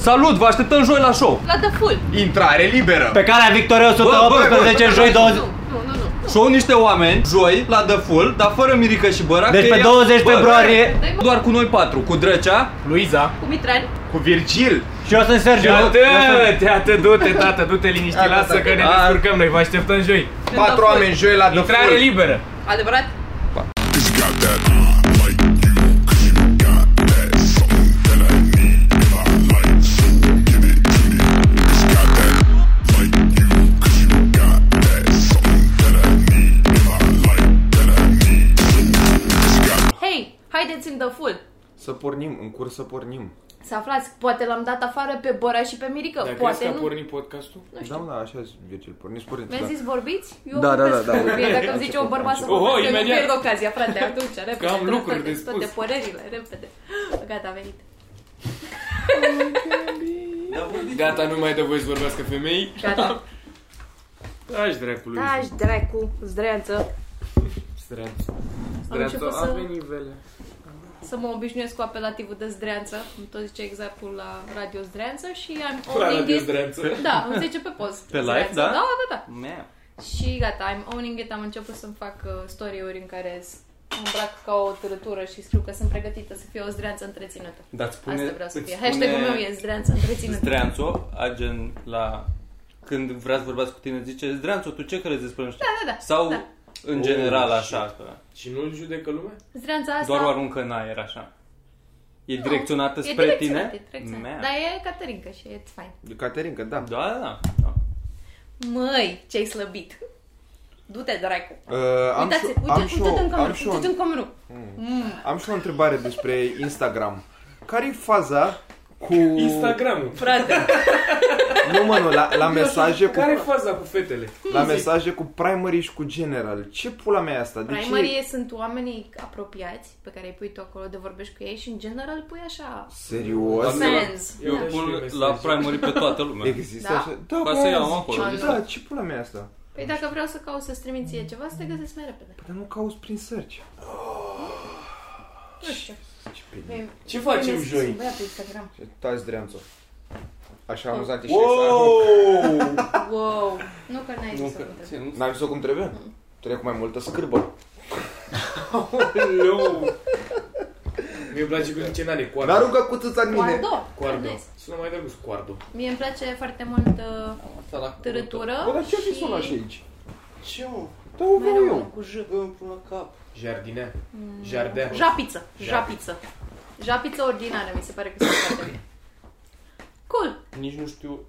Salut, vă așteptăm joi la show! La The Full. Intrare liberă. Pe care Victoreu Bă, bă, bă, 118 joi 20... Nu, nu, nu, nu. Show niște oameni, joi, la The Full, dar fără Mirica și Bărac. Deci că pe ea- 20 Bă, februarie Dă-i mă- Doar cu noi patru, cu Drăcea, Luiza. Cu Mitran. Cu Virgil. și eu sunt Sergiu. Atât, atât, du-te, tată, du-te liniștit, lasă că ne A. descurcăm noi, vă așteptăm joi. Când la Patru Full. oameni joi la The Intrare Full. liberă. Adevărat? Hei, haideți în The Full. Să pornim, în curs să pornim. Să aflați, poate l-am dat afară pe Bora și pe Mirica, Dacă crezi poate că a nu. pornit podcastul? Da, da, așa zic, Virgil, porniți, porniți. Mi-a zis vorbiți? Eu Da, da, vorbesc da, da. cu vorbire. Dacă Am îmi zice început, o bărbat am să început. vorbească, Oho, eu nu imediat. pierd ocazia, frate, atunci, repede. am lucruri repede, de Toate spus. părerile, repede. Gata, a venit. Gata, nu mai dă voie să vorbească femei. Gata. Aș dracului. Da, și dracu, zdreanță. Streanță. Am început Streanță, a să, venit vele. să mă obișnuiesc cu apelativul de zdreanță. Îmi tot zice exactul la radio zdreanță și I'm owning it. Streanță. Da, îmi zice pe post. Pe live, Zdreanță. da? Da, da, da. Și gata, I'm owning it, am început să-mi fac uh, story-uri în care s- mă îmbrac ca o târătură și scriu că sunt pregătită să fie o zdreanță întreținută. Dar Asta vreau să fie. Hashtag-ul meu e zdreanță întreținută. Zdreanțo, agen la când vrea să vorbească cu tine, zice Zdreanțo, tu ce crezi despre nu știu? Da, da, da. Sau Da. în Oh, general shit. așa, că Și nu-l judecă lumea? Zdreanța asta... doar o aruncă în aer așa. E Nu, direcționată e spre direcționat, tine? E direcționat. Mea. Dar e Caterinca și e fain. E Caterinca, da. Da, da, da. da. Măi, ce-ai slăbit. Du-te, dracu. Uh, am și, Uitați, uite, am și, o, uite-te în cameră, am, și o, uite-te în cameră. am și o întrebare despre Instagram. Care-i faza cu... Instagram-ul. Frate, Nu, mă, nu, la, la mesaje cu... Care e faza cu fetele? La mesaje cu primary și cu general. Ce pula mea e asta? De ce? primarie sunt oamenii apropiați pe care îi pui tu acolo de vorbești cu ei și în general pui așa... Serios? Doamne, Fans. Eu Da. Și pun mesaje. la primary pe toată lumea. Există Da. așa? Da, Ca bă, să iau acolo. zici, Da, ce pula mea e asta? Păi, Păi dacă vreau să caut să-ți trimit ție ceva, să te găsesc mai repede. Dar nu cauți prin search. Nu știu. Păi, Ce pe Mie- Ce facem mie mi-a joi? scris un băiat pe Instagram. Tați dreamțo. Așa amuzant e și exact. Wow! Wow! Nu că n-ai zis să că- ție, nu- N-am zis-o cum trebuie? Mm. Trebuie cu mai multă scârbă. Hello! Mi-e place cum zice Nane, coardo. Dar aruncă cuțâța în mine. Coardo! Coardo. Nice. Sună mai drăguț, coardo. Mie îmi place foarte mult uh, Asta la târătură Bă, dar ce-a fi și... sunat și aici? Ce mă? Da, o vreau Mereu eu. cu J. Îmi pun la cap. Jardinea. Mm. Jardea. Japiță, japiță. Japiță ordinară, mi se pare că sunt foarte bine. Cool. Nici nu știu...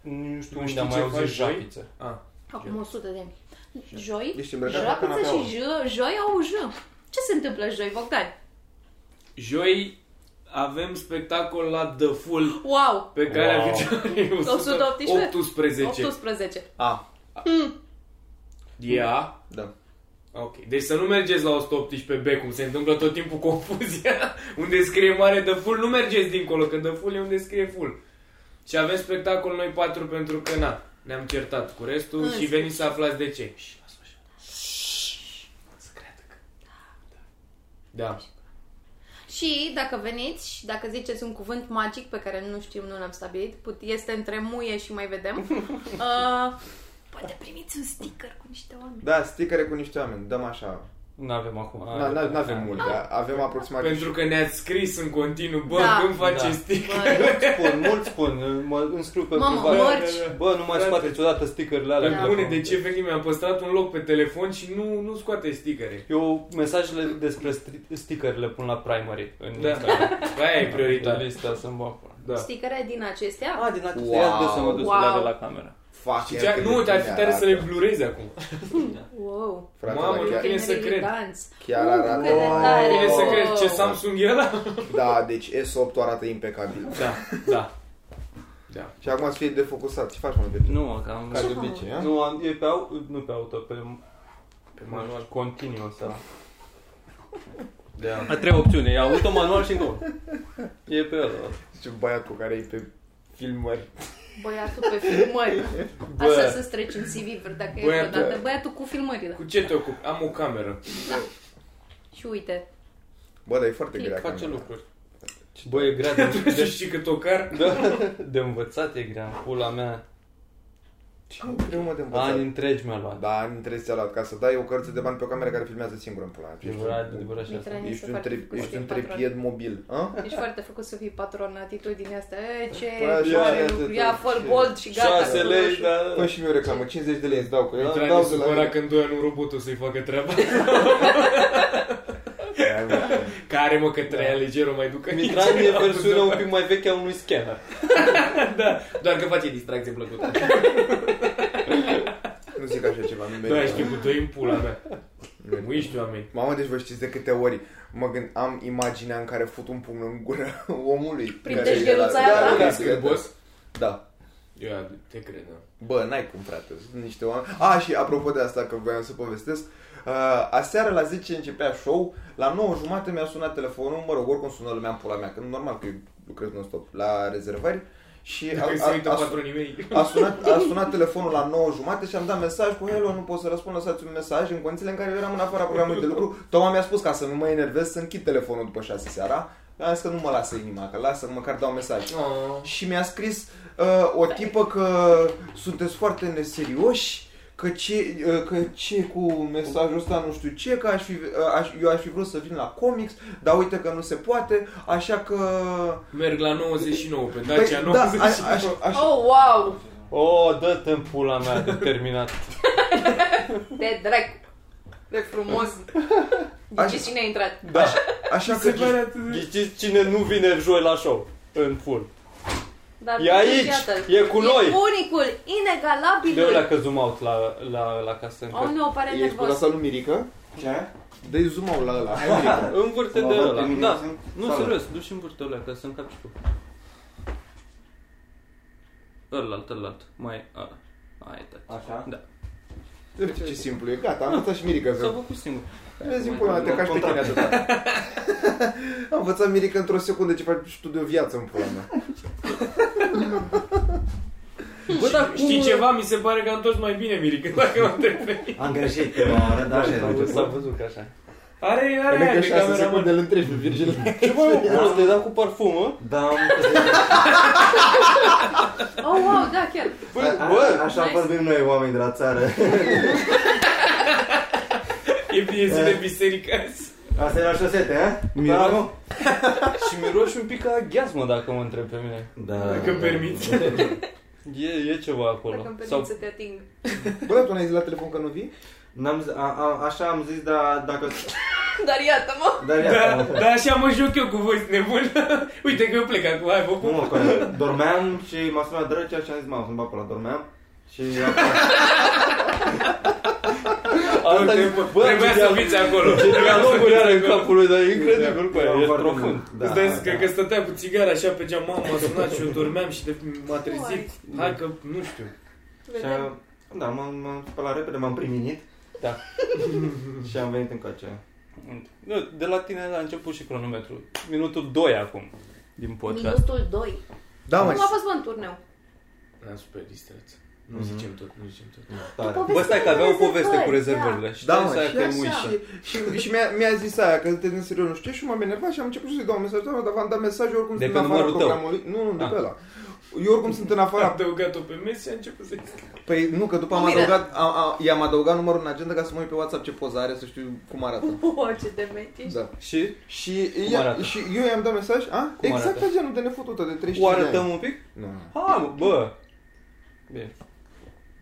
Nu știu Nu unde știu am mai ce auzit faci joi? japiță. Ah. Acum 100 de ani. Joi, Ești îmbrăcat ca japiță canapeaua. și j, joi au j. Ce se întâmplă joi, Bogdan? Joi avem spectacol la The Full Wow! pe care Wow. wow. 118? 18. 18. A, Ia. da. Ok. Deci să nu mergeți la 118 B, cum se întâmplă tot timpul confuzia. unde scrie mare The Full, nu mergeți dincolo, că The Full e unde scrie Full. Și avem spectacol noi patru pentru că na, ne-am certat cu restul În și sfârșit. veniți să aflați de ce. Să creadă că- Da. Și dacă veniți și dacă ziceți un cuvânt magic pe care nu știm, nu l-am stabilit, put- este între muie și mai vedem, uh, poate primiți un sticker cu niște oameni. Da, stickere cu niște oameni. Dăm așa. Nu avem acum. Na- na- N-avem mult, dar avem aproximativ... Pentru că ne-ați scris în continuu, bă, Da. când Da. faceți stick? Bă, Mulți spun, mulți spun. Mă înscriu pe Mamă, Da. privat. mărci. Bă, nu mai scoateți odată stickerele alea. Pe de bune, acum. de ce venim? Mi-am păstrat un loc pe telefon și nu, nu scoate sticăre. Eu mesajele despre stri- sticker le pun la primary în Da. Instagram. Aia e Pe prioritatea. Lista să mă apăr. Da. Stickere din acestea? A, din atât Wow. wow. ia dă să mă duc Wow. să le arăt la cameră. Fuck, Și el, cea, cât nu, de te-ar fi bine tare să le arată. Oh. blurezi acum. Wow! Frate, Mamă, dar nu chiar- vine să cred. eleganți. Chiar Uh, arată. cât de tare. Bine să Oh. crezi ce Samsung e ăla? Da, deci S8 arată impecabil. Da, da. Da. Și acum să fie defocusat. Ce faci, mă, Virgil? Nu, mă, că am... Ca de obicei, a? Nu, am, e pe au, nu pe auto, pe, Pe pe manual. manual continuu ăsta. Da. A trei opțiuni, e auto, manual și încă una. E pe ăla. Ce băiatul care e pe filmări. Băiatul pe filmări. Asta să-ți treci în CV, dacă e Băiatul- vreodată. Băiatul cu filmările. Cu ce te ocupi? Am o cameră. Și uite, Bă, dar e foarte grea Face camera. lucruri. Bă, e grea de, Tu de, știi cât o car? Da, de, de învățat, e grea. Pula mea. Ce greu mă de învățat. Ani întregi mi-a luat. Da, ani întregi ți-a luat ca să dai Da, o cărță de bani pe o cameră care filmează singură în pula mea. Ești Adevărat, un- adevărat și asta. Mitran Ești este un, foarte tre- făcut să ești fie un patron. trepied mobil. A? Ești foarte făcut să fii patron în atitudinea asta. E, ce Păi așa, mare iată, lucru. Ia, tot fă ce- bold și gata. 6 cu lei, roșu. da. Păi și mie o reclamă, 50 de lei îți dau, că eu Mitran e dau de supărat la... când doi nu robotul să-i facă treaba. Hai, mă. Care mă, că trei alegeri o mai ducă Da. Mitran e versiunea un pic mai veche a unui scanner. Doar că face distracție Da, plăcută. Nu zic așa ceva, nu Da, merită. știi, cu doi în pula mea. Da. Muiști oameni. Mamă, deci vă știți de câte ori mă gând, am imaginea în care fut un pumn în gură omului. Prindești care e la- gheluța aia, da, da? da, Ești scârbos? Da. Eu te cred, da. Bă, n-ai cum, frate. Sunt niște oameni. A, și apropo de asta, că voiam să povestesc. Uh, aseară la 10 începea show, la 9 jumate mi-a sunat telefonul, mă rog, oricum sună lumea în pula mea, că normal că eu lucrez non-stop la rezervări. Și Dacă a- se uită a- a- patronii mei. A sunat, a sunat telefonul la 9 jumate și am dat mesaj cu Hello, nu pot să răspund, lăsați un mesaj în condițiile în care eu eram în afara programului de lucru. Toma mi-a spus ca să nu mă enervez să închid telefonul după 6 seara. Am zis că nu mă lasă inima, că lasă că măcar dau mesaj. Oh. Și mi-a scris uh, o tipă că sunteți foarte neserioși, că ce, uh, că ce cu mesajul ăsta nu știu ce, că aș fi, uh, aș, eu aș fi vrut să vin la comics, dar uite că nu se poate, așa că... Merg la 99 pe Dacia da, a, aș, 99. aș, Oh, wow! O, oh, dă-te în pula mea de terminat. De dracu! De frumos! De ce Așa. cine a intrat? Da. așa că... Ghiciți cine nu vine joi la show. În full. Dar E aici, iată-l. e cu noi. E unicul, De ăla inegalabilul! că zoom out la, la, la casă încă. Oh, nu, pare Ești cu nervos. lăsa lui Mirica? Ce? Dă-i zoom la ăla, hai Mirica. În vârstă Mă de văd ăla. pe mine, Da. sunt Nu, sală. serios, du și în vârstă ăla ca să încap și tu. Ălalt, ălalt. Mai ăla. Aia e tati. Așa? Da. Uite ce simplu e, gata, am învățat și Mirica S-a să făcut singur. Vezi până la te cași pe tine atâta. Am învățat Mirica într-o secundă ce faci și tu de o viață în pula mea. Bă, dar Știi ceva? Mi se pare că am tot mai bine, Mirica, dacă mă întreb pe mine. Am greșit prima oară, dar da, așa e S-a la început. văzut că așa. Are, are, Până are, că de 6 camera secunde mea. îl întrebi pe Virgil. Ce bă, mă, prost, te-ai dat cu parfum, mă? Da, am Oh, wow, da, chiar! Bă, a, bă, Așa nice. vorbim noi oameni de la țară. E bine zi de biserică azi. Asta e la șosete, a? Miros. Da, mă? și miroși un pic a gheazmă, dacă mă întreb pe mine. Da. Dacă îmi permiți. E, e ceva Dacă acolo. îmi permit Sau să te ating. Bă, dar tu n-ai zis la telefon că nu vii? N-am zis, a, a, așa am zis, dar dacă... Dar iată-mă! Dar Da, iată, da, așa mă joc eu cu voi, sunt nebun. Uite că eu plec acum, hai, vă nu pup. mă conec. Dormeam și m-a sunat drăcea și am zis, m-am sunat pe la dormeam. Și acum- Asta e, bă, Da, Trebuia ce să fiți acolo. Ce Trebuia să dialoguri fiți are în acolo. capul lui, dar e incredibil, bă, Da, e foarte profund. mult. Da, Îți dai da, că, că stătea cu țigara așa pe geam, mama a sunat și eu dormeam și de, m-a trezit. Hai că, nu știu. Și Vedem. am- da, m-am, m-am spălat repede, m-am priminit. Da. și am venit încoace. Nu, de la tine a început și cronometru. Minutul 2 acum din podcast. Minutul 2. Da, mă. Cum a fost, bă, în turneu? Am super distrat. Nu zicem tot, nu zicem tot. Tare. poveste Bă, Păi stai că avea o poveste cu rezervări, rezervările. Și Da, da, mă, să și, te și, muișă. și, și mi-a, mi-a zis aia că te din serios, nu știu ce, și m-am enervat și am început să-i dau mesaj, doamne, dar v-am dat mesaj, eu oricum De sunt pe în afara numărul tău. programului. Nu, nu, de Ah. pe ăla. Eu oricum sunt în A afara adăugat-o pe mes și a început să Păi nu, că după am Nu mira. adăugat, a, a, i-am adăugat numărul în agenda ca să mă uit pe WhatsApp ce poză are, să știu cum arată. O, Oh, ce dement ești. Da. Și Și, Cum ea, arată? și eu i-am dat mesaj, a? exact arată? ca genul de nefutută, de 35 o de arătăm ani. un pic? Nu. Ha, mă, bă. Bine.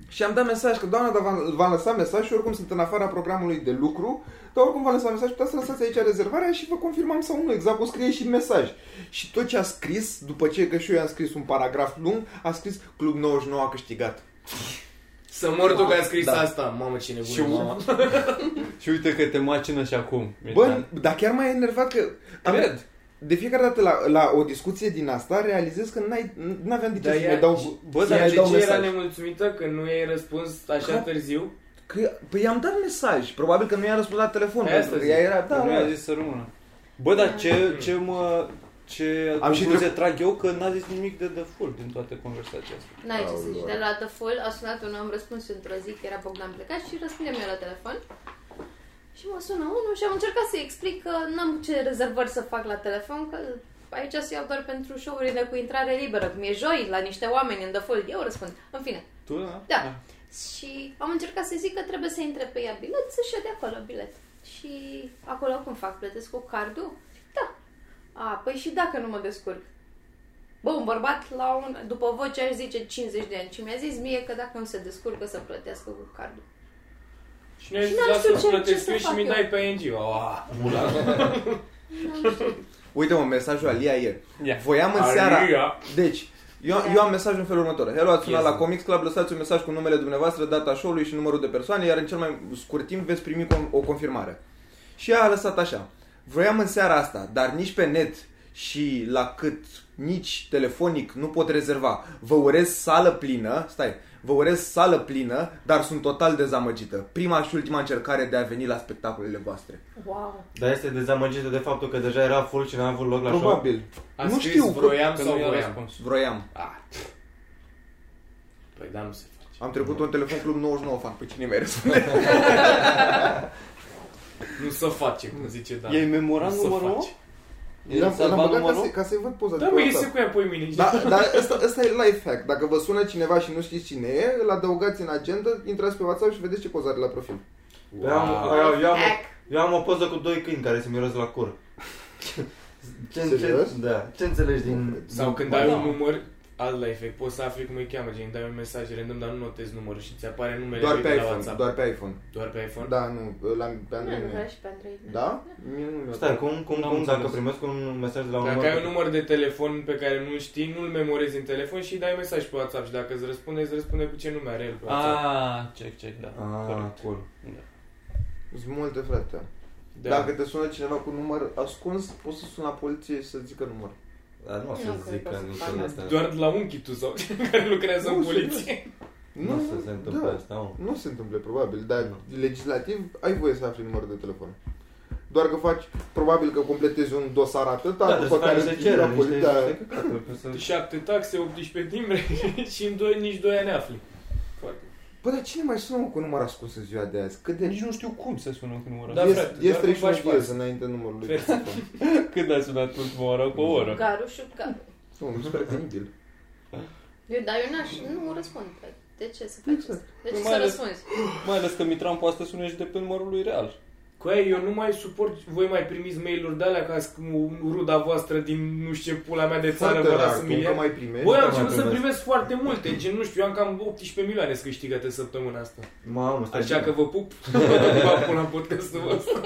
Și am dat mesaj că, doamna, dar v-am, v-am lăsat mesaj și oricum sunt în afara programului de lucru, dar oricum v-am lăsat mesaj, puteți să lăsați aici rezervarea și vă confirmam sau nu, exact cum scrie și în mesaj. Și tot ce a scris, după ce că și eu i-am scris un paragraf lung, a scris Club 99 a câștigat. Să mor tu că ai scris Da. asta. Mamă, ce nebun Și e mama. Și uite că te macină și acum. Bă, Mitran. dar chiar m-a enervat că... am- cred. De fiecare dată la, la o discuție din asta realizez că n-ai, n-aveam de ce Dar să ea- mai dau, bă, să dar Dar mai de dau ce era mesaj. nemulțumită că nu i-ai răspuns așa Că- târziu? Că, păi i-am dat mesaj, probabil că nu i-a răspuns la telefon, Aia pentru Păi asta zic. că ea era... Da, nu da. i-a zis să rămână. Bă, dar ce, ce mă... Ce Am și concluzie trag eu că n-a zis nimic de The Full din toate conversația asta. N-ai ce să zici. Aoleu. De la The Full a sunat un om, răspuns într-o zi, că era Bogdan plecat și răspundem eu la telefon. Și mă sună unul și am încercat să-i explic că n-am ce rezervări să fac la telefon, că Aici se iau doar pentru show-urile cu intrare liberă, cum e joi, la niște oameni în The Fold. Eu răspund. În fine. Tu, da? Da. Și am încercat să zic că trebuie să intre pe ea bilet, să-și ia de acolo bilet. Și acolo cum fac? Plătesc cu cardul? Da. A, păi și dacă nu mă descurc? Bă, un bărbat la un, după voce aș zice 50 de ani și mi-a zis mie că dacă nu se descurcă să plătească cu cardul. Și noi Și îți n-am las știut să ce- plătesc ce eu să și mi fac dai pe NG. Oa, Uite mă, mesajul Alia ieri. Ia. Voiam în Alia. seara... Deci, eu, eu am mesajul în felul următor. Hello, ați sunat Yes. la Comics Club, lăsați un mesaj cu numele dumneavoastră, data show-ului și numărul de persoane, iar în cel mai scurt timp veți primi com- o confirmare. Și ea a lăsat așa. Vroiam în seara asta, dar nici pe net și la cât nici telefonic nu pot rezerva. Vă urez sală plină, stai, vă urez sală plină, dar sunt total dezamăgită. Prima și ultima încercare de a veni la spectacolele voastre. Wow. Dar este dezamăgită de faptul că deja era full și n-a avut loc la show. Probabil. A nu scris știu. că- vroiam Da. Că sau nu i-a voiam. răspuns. Vroiam. Ah. Păi da, nu se face. Am trecut un telefon club 99, fac pe cine mai răspunde. Nu se face, cum zice Dan. E memorat Nu se numărul face. ăla? E L-am, l-am salvat băgat ca numărul? să, ca să-i văd poza Da, pe mă, WhatsApp. iese cu ea pui mine. da, dar ăsta, ăsta e life hack. Dacă vă sună cineva și nu știți cine e, îl adăugați în agenda, intrați pe WhatsApp și vedeți ce poza are la profil. Eu am, Wow. eu, eu, am, Hack. eu am o poză cu doi câini care se miros la cur. Ce, Serios? ce, da. ce înțelegi din... Sau când din- ai Da. un număr alt la efect, poți să afli cum îi cheamă, gen dai un mesaj random, dar nu notezi numărul și ți apare numele Doar lui pe la iPhone, WhatsApp. doar pe iPhone. Doar pe iPhone? Da, nu, la pe Andrei Nu, nu. nu vrea e. și pe Andrei. Da? Mie nu mi-a Stai, cum, cum, N-am cum, dacă înțeles. primesc un mesaj de la un Dacă ai un număr... număr de telefon pe care nu-l știi, nu-l memorezi în telefon și îi dai mesaj pe WhatsApp și dacă îți răspunde, îți răspunde cu ce nume are el pe WhatsApp. Ah, check, check, da. Ah, Corect. Da. cool. Sunt multe, frate. Da. Dacă te sună cineva cu număr ascuns, poți să suni la poliție și să zică număr. Dar nu o să Nu cred zic că că o să nici facă în asta. asta. Doar de la unchi tu sau cel care lucrează Nu, în serios. poliție. Nu o să se întâmple da. asta, mă. Nu se întâmplă, probabil, dar Nu. legislativ ai voie să afli numărul de telefon. Doar că faci, probabil că completezi un dosar atât, Da, după deci care care se cere, la poli- niște, da. niște căcaturi, că să... 7 taxe, 18 timbre și în doi, nici 2 ani afli. Foarte. Bă, dar cine mai sună mă, cu număr ascuns în ziua de azi? Cât de... Nici nu știu cum se sună când mă Da, Ies- frate, ies doar 31 cum faci de față. înainte numărului. Fer- telefon. Când a sunat ultima oară? Cu o oră. Garu și garu. Nu, mi se pare credibil. Eu, dar eu n-aș, nu răspund. Păi, De ce să faci asta? De ce Mai să ales- răspunzi? Mai ales că Mitran poate să sunești de pe numărul lui real. Cu aia, eu nu mai suport, voi mai primiți mail-uri de alea ca să- cu ruda voastră din nu știu ce pula mea de țară Foarte vă rar, lasă tu încă miliard. mai primești. Băi, am mai început să primesc. primesc foarte multe, gen, nu știu, eu am cam 18 milioane să câștigate săptămâna asta. Mamă, stai Așa că bine. vă pup, vă pun la podcastul vostru.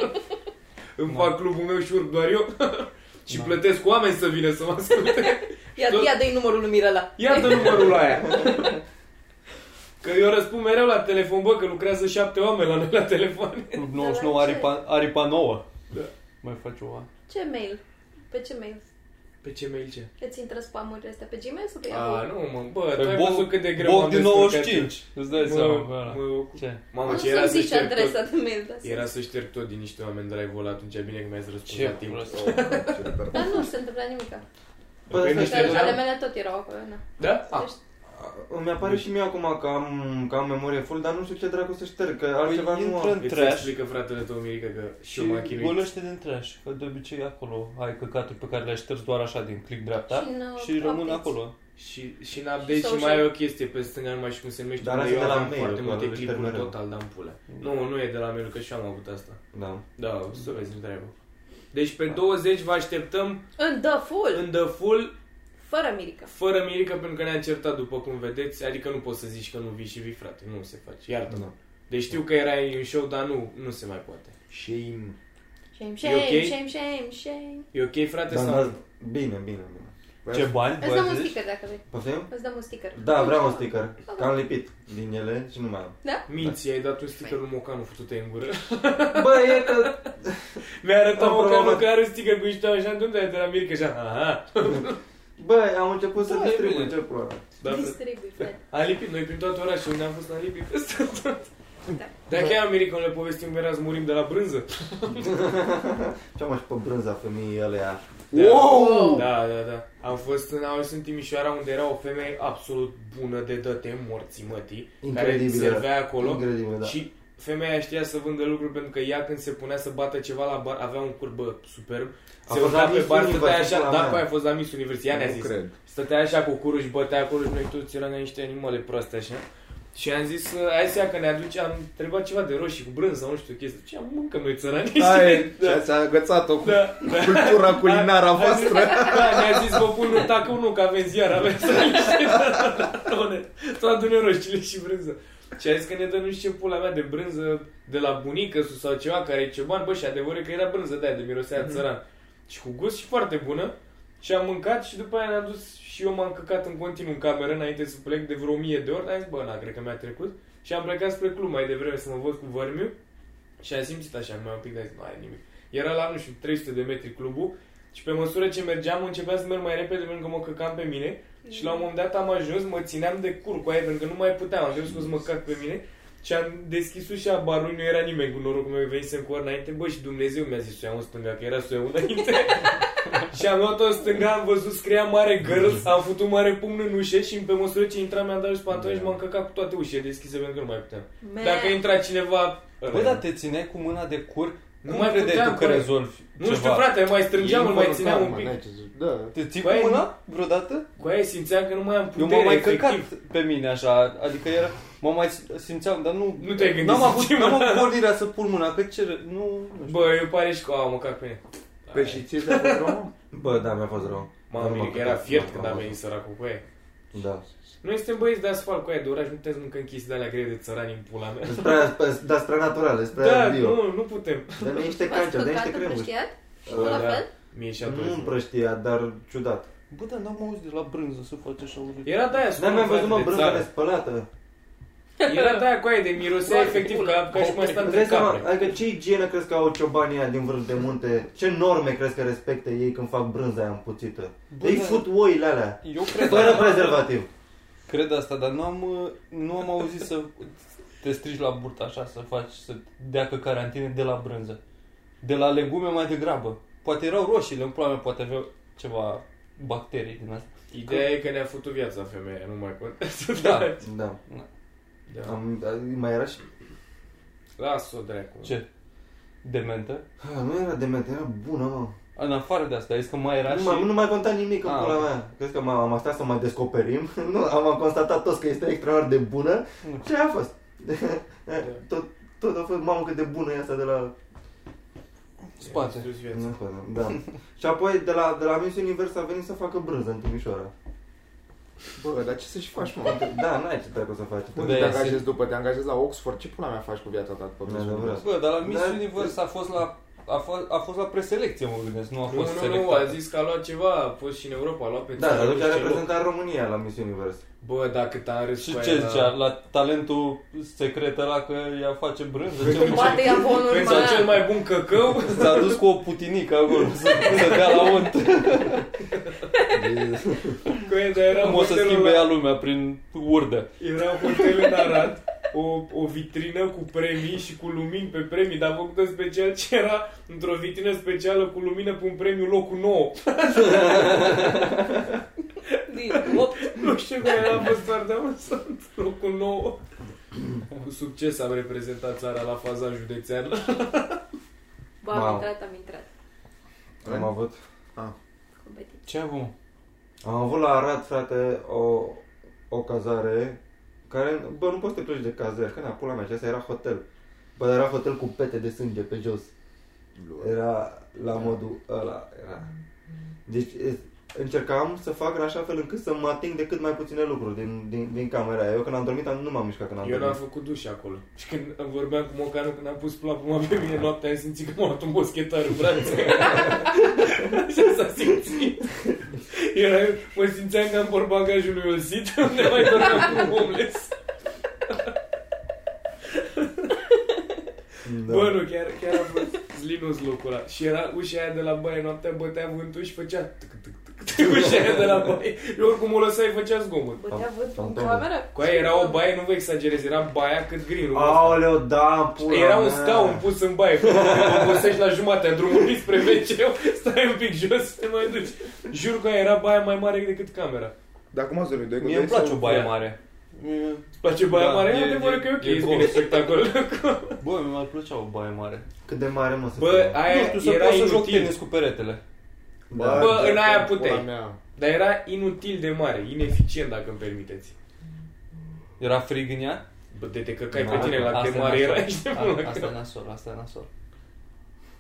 Îmi fac clubul meu și urc doar eu. Și Da. plătesc oameni să vină să mă asculte. Ia, Tot- ia dă-i numărul lui Mirela. Iată numărul aia. Că eu răspund mereu la telefon, bă, că lucrează șapte oameni la noi la telefon. Club 99 aripa, aripa 9. Da. Mai faci o A. Ce mail? Pe ce mail? Pe ce mail ce? Îți intră spamurile astea pe Gmail sau pe A, Yahoo? nu, mă, bă, Păi, tu Pe ai Bog- văzut cât de greu Bog am din descurcat 95. Îți dai eu. seama pe Mă, ăla. mă, Ce? Mamă, Nu ce era să-mi să zici șterg adresa tot, de mail, da. era să șterg tot din niște oameni de la Evola, atunci e bine că mi-ai răspuns Ce la timp. prost. Dar nu se întâmpla nimic. Bă, Păi stai, niște stai, Dar deja- ale mele tot erau acolo, na. Da? Deci, Îmi apare și mie acum că am, că am memorie full, dar nu știu ce dracu să șterg, că altceva Păi nu intră am. în Îți trash explică fratele tău, Mirica, că și eu m-am și chinuit. golește din trash. Că de obicei acolo ai căcaturi pe care le-ai șters doar așa din click da? dreapta Și nu și rămân updates. acolo. Și, și în update și, Social. mai e o chestie pe stânga, nu mai știu cum se numește, Dar unde asta eu de la aveam mail, foarte că multe îl șterg clipuri mereu. total, dar în pula. Nu, nu e de la mail, că și eu am avut asta. Da. Da, o să vezi, nu treabă. Deci pe 20 vă așteptăm În The Full, în The Full, fără Mirica. fără mirică, pentru că ne-a certat, după cum vedeți. Adică nu poți să zici că nu vii și vii, frate, nu se face, iartă Da. Deci știu că erai în show, dar nu, nu se mai poate. Shame. Shame, E shame, ok? shame, shame, shame. E ok, frate? Dar sau... da, bine, bine, bine. Ce bani? Îți dăm un băieți? sticker dacă vrei. Poftim? Îți dăm un sticker. Da, Nu vreau un știu. sticker, că am lipit din ele și nu mai am. Minți, Da. i-ai dat un sticker lui Mocanu, fătut în gură. Bă, e că... Mi-a arătat Am Mocanu provat. că are un sticker cu niște așa, de unde ai de la mirică? Așa, aha. Bă, am început să Da, e distribui, bine. ce proba. Da, Distribui, frate. Am lipit, noi prin toată orașul unde am fost, am lipit peste tot. Da. Dacă e America, le povestim, era să murim de la brânză. Ce am și pe brânza femeii alea. Wow! Da, da, da. Am fost în, am fost în Timișoara unde era o femeie absolut bună de dăte morții mătii, care Incredibilă. servea acolo Incredibil, da. și femeia știa să vândă lucruri pentru că ea când se punea să bată ceva la bar avea un curbă superb. A Se fost urca la pe Miss bar, Univers, stătea pula așa, mea. dacă a fost la Miss Univers, ea ne-a Nu zis. cred. Stătea așa cu curul și bătea curul și noi toți eram niște animale proaste așa. Și am zis, hai să ia că ne aduce, am întrebat ceva de roșii cu brânză, sau nu știu chestii. Ce am mâncăm noi țărani? Ai, da. ați agățat-o cu Da, da. cultura culinară voastră. Da, ne-a zis, vă pun un tacă unul, că avem ziar, avem să niște tone. Să adune roșiile și brânză. Și a zis că ne dă nu știu ce pula mea de brânză de la bunică sus sau ceva care e cioban, bă, și adevărul e că era brânză de aia, de mirosea țăran. Și cu gust și foarte bună. Și am mâncat și după aia ne-a dus și eu m-am căcat în continuu în cameră înainte să plec de vreo mie de ori. Am zis, bă, na, cred că mi-a trecut. Și am plecat spre club mai devreme să mă văd cu vărmiu. Și am simțit așa, mai un pic, dar am zis, nu are nimic. Era la, nu știu, 300 de metri clubul și pe măsură ce mergeam, începeam să merg mai repede pentru că mă căcam pe mine și la un moment dat am ajuns, mă țineam de cur cu aia pentru că nu mai puteam, am crezut că o să mă cac pe mine și am deschis ușa barului, nu era nimeni cu norocul meu, venisem cu ori înainte, bă, și Dumnezeu mi-a zis să iau în stânga, că era să o iau înainte. și am luat-o în stânga, am văzut, scria mare girls, am făcut un mare pumn în ușe și pe măsură ce intram mi-am dat jos pantaloni și m-am căcat cu toate ușile deschise pentru că nu mai puteam. Man. Dacă intra cineva... Bă, dar te țineai cu mâna de cur? Nu Nu mai mai credeai puteam, tu că bă. rezolvi nu ceva. știu, frate, mai strângeam, îl mai Inferno țineam un karma, pic. n-ai ce să zici. Da. Te ții Băi, cu mâna vreodată? Cu aia simțeam că nu mai am Eu putere, m-am mai efectiv. căcat pe mine așa, adică era, m-am mai simțeam, dar nu... Nu te-ai gândit N-am să avut, ții n-am mâna. avut pornirea să pun mâna, că ce... ră- Nu, nu știu. Bă, eu pare și că am mâncat pe mine. Pe Păi și ție de acolo? Bă, da, mi-a fost rău. M-am Nu minit că era fiert când a venit săracul cu aia. Da. Noi suntem băieți de asfalt cu aia de oraș, nu putem să mâncăm chestii de alea grele de țărani în pula mea. Spre aia- spre- Dar spre naturale, spre Da, aia bio. nu, nu putem. Dă-mi niște V-ați cancea, dă căcat niște cremuri. împrăștiat? Și tu Bă, la da. fel? Mie și Nu atunci. împrăștia, dar ciudat. Bă, dar n-am auzit de la brânză să faci așa urât. Era de aia, Dar sună Da, mi-am frate, văzut, mă, de brânzele țară. spălată. Era de aia cu aia de mirosea efectiv ca, ca și cum ai stat Îți între dai seama, capre. adică ce igienă crezi că au ciobanii aia din vârf de munte? Ce norme crezi că respectă ei când fac brânza aia împuțită? Bă, Ei da. fut oile alea. Eu cred, Fără prezervativ. cred asta, dar nu am, uh, nu am auzit să te strigi la burtă așa, să faci, să dea că carantine de la brânză. De la legume mai degrabă. Poate erau roșiile în pula mea, poate aveau ceva bacterii din asta. Ideea e că ne-a făcut viața femeia, nu mai contează. Da. Da. Da. Am, mai era și... Las-o dracu. Ce? Dementă? Ah, Nu era dement, era bună, mă. În afară de asta, ai zis că mai era Nu, și... mai, nu mai conta nimic în Ah, pula ok. mea. Crezi că m-am am stat să mai descoperim? Nu, am, am constatat toți că este extraordinar de bună. Nu. Ce a fost? Da. tot, tot a fost, mamă cât de bună e asta de la... Spate. Mi-a distrus viața. Nu știu, Da. Și apoi de la, de la Miss Univers a venit să facă brânză în Timișoara. Bă, dar ce să-și faci, mă? Da, n-ai ce dracu să faci. Unde Da, te e angajezi după? Te angajezi la Oxford? Ce pula mea faci cu viața ta după Da, Miss da, Universe? vreau. Bă, dar la Miss Dar- Universe a fost la... A fost, a fost la preselecție, mă gândesc, nu a da. Nu, fost nu, nu, selectată. a zis că a luat ceva, a fost și în Europa, a luat pe Da, țară, dar nu atunci a știu ce loc. reprezentat România la Miss Univers. Bă, da, cât am râs Și cu aia ce la- zicea? La talentul secret ăla că ea face brânză? Ce Poate i-a avut în urmă. Pentru Păi, cel mai bun căcău S-a dus cu o putinică acolo să, să dea la unt. Că e, Păi, dar era Cum o să hotelul schimbe la- ea lumea prin urdă. Era un hotel în Arad o, o vitrină cu premii și cu lumini pe premii, dar făcută special ce era într-o vitrină specială cu lumină pe un premiu locul nou. Din 8. Nu știu care era a fost foarte amuzant. Locul nou. Cu succes am reprezentat țara la faza județeană. Bă, am Wow. intrat, am intrat. Păi? Am avut. Competitiv. Ce avem? Am avut la Arad, frate, o, o cazare care, bă, nu poți să te pleci de cazări, că na, pula mea, și asta era hotel. Bă, dar era hotel cu pete de sânge pe jos. Era la Da. modul ăla, era. Deci e- încercam să fac în așa fel încât să mă ating de cât mai puține lucruri din, din, din camera aia. Eu când am dormit am, nu m-am mișcat când am Eu n-am dormit. făcut duș acolo. Și când vorbeam cu Mocanu, când am pus plapuma pe mine noaptea, am simțit că m-a luat un boschetar în brațe. Așa s-a simțit. Era, mă simțeam ca în portbagajul lui Olsit, unde mai dormeam cu un homeless. Da. Bă, nu, chiar, chiar a fost Linus locul ăla. Și era ușa aia de la baie noaptea, bătea vântul și făcea tâc, tâc, tâc, tâc, ușa aia de la baie. Eu oricum o lăsai, făcea zgomot. Bă, te-a văzut în Fantomă. cameră? Cu aia era o baie, nu vă exagerez, era baia cât grinul. Ah, Aoleo, da, pula Era un mea. scaun pus în baie, când obosești la jumatea drumului spre wc stai un pic jos să te mai duci. Jur că era baia mai mare decât camera. Dar cum ați dormit? Doi cu Mie doi îmi place o sau- baie Ia. mare. E, Îți place baia Da, mare? e- E, adevărul e- că e ok, e e bine gros. spectacol. Bă, mi-ar plăcea o baie mare. Cât de mare mă să Bă, fie. aia nu știu, să era pot să joc inutil. tenis cu peretele. Da. Bă, în da, aia da, puteai. pula mea. Dar era inutil de mare, ineficient dacă îmi permiteți. Era frig în ea? Bă, de te căcai Da, pe tine la cât de e mare nasol. era ești de A- mult la Asta e cap. nasol, asta e nasol.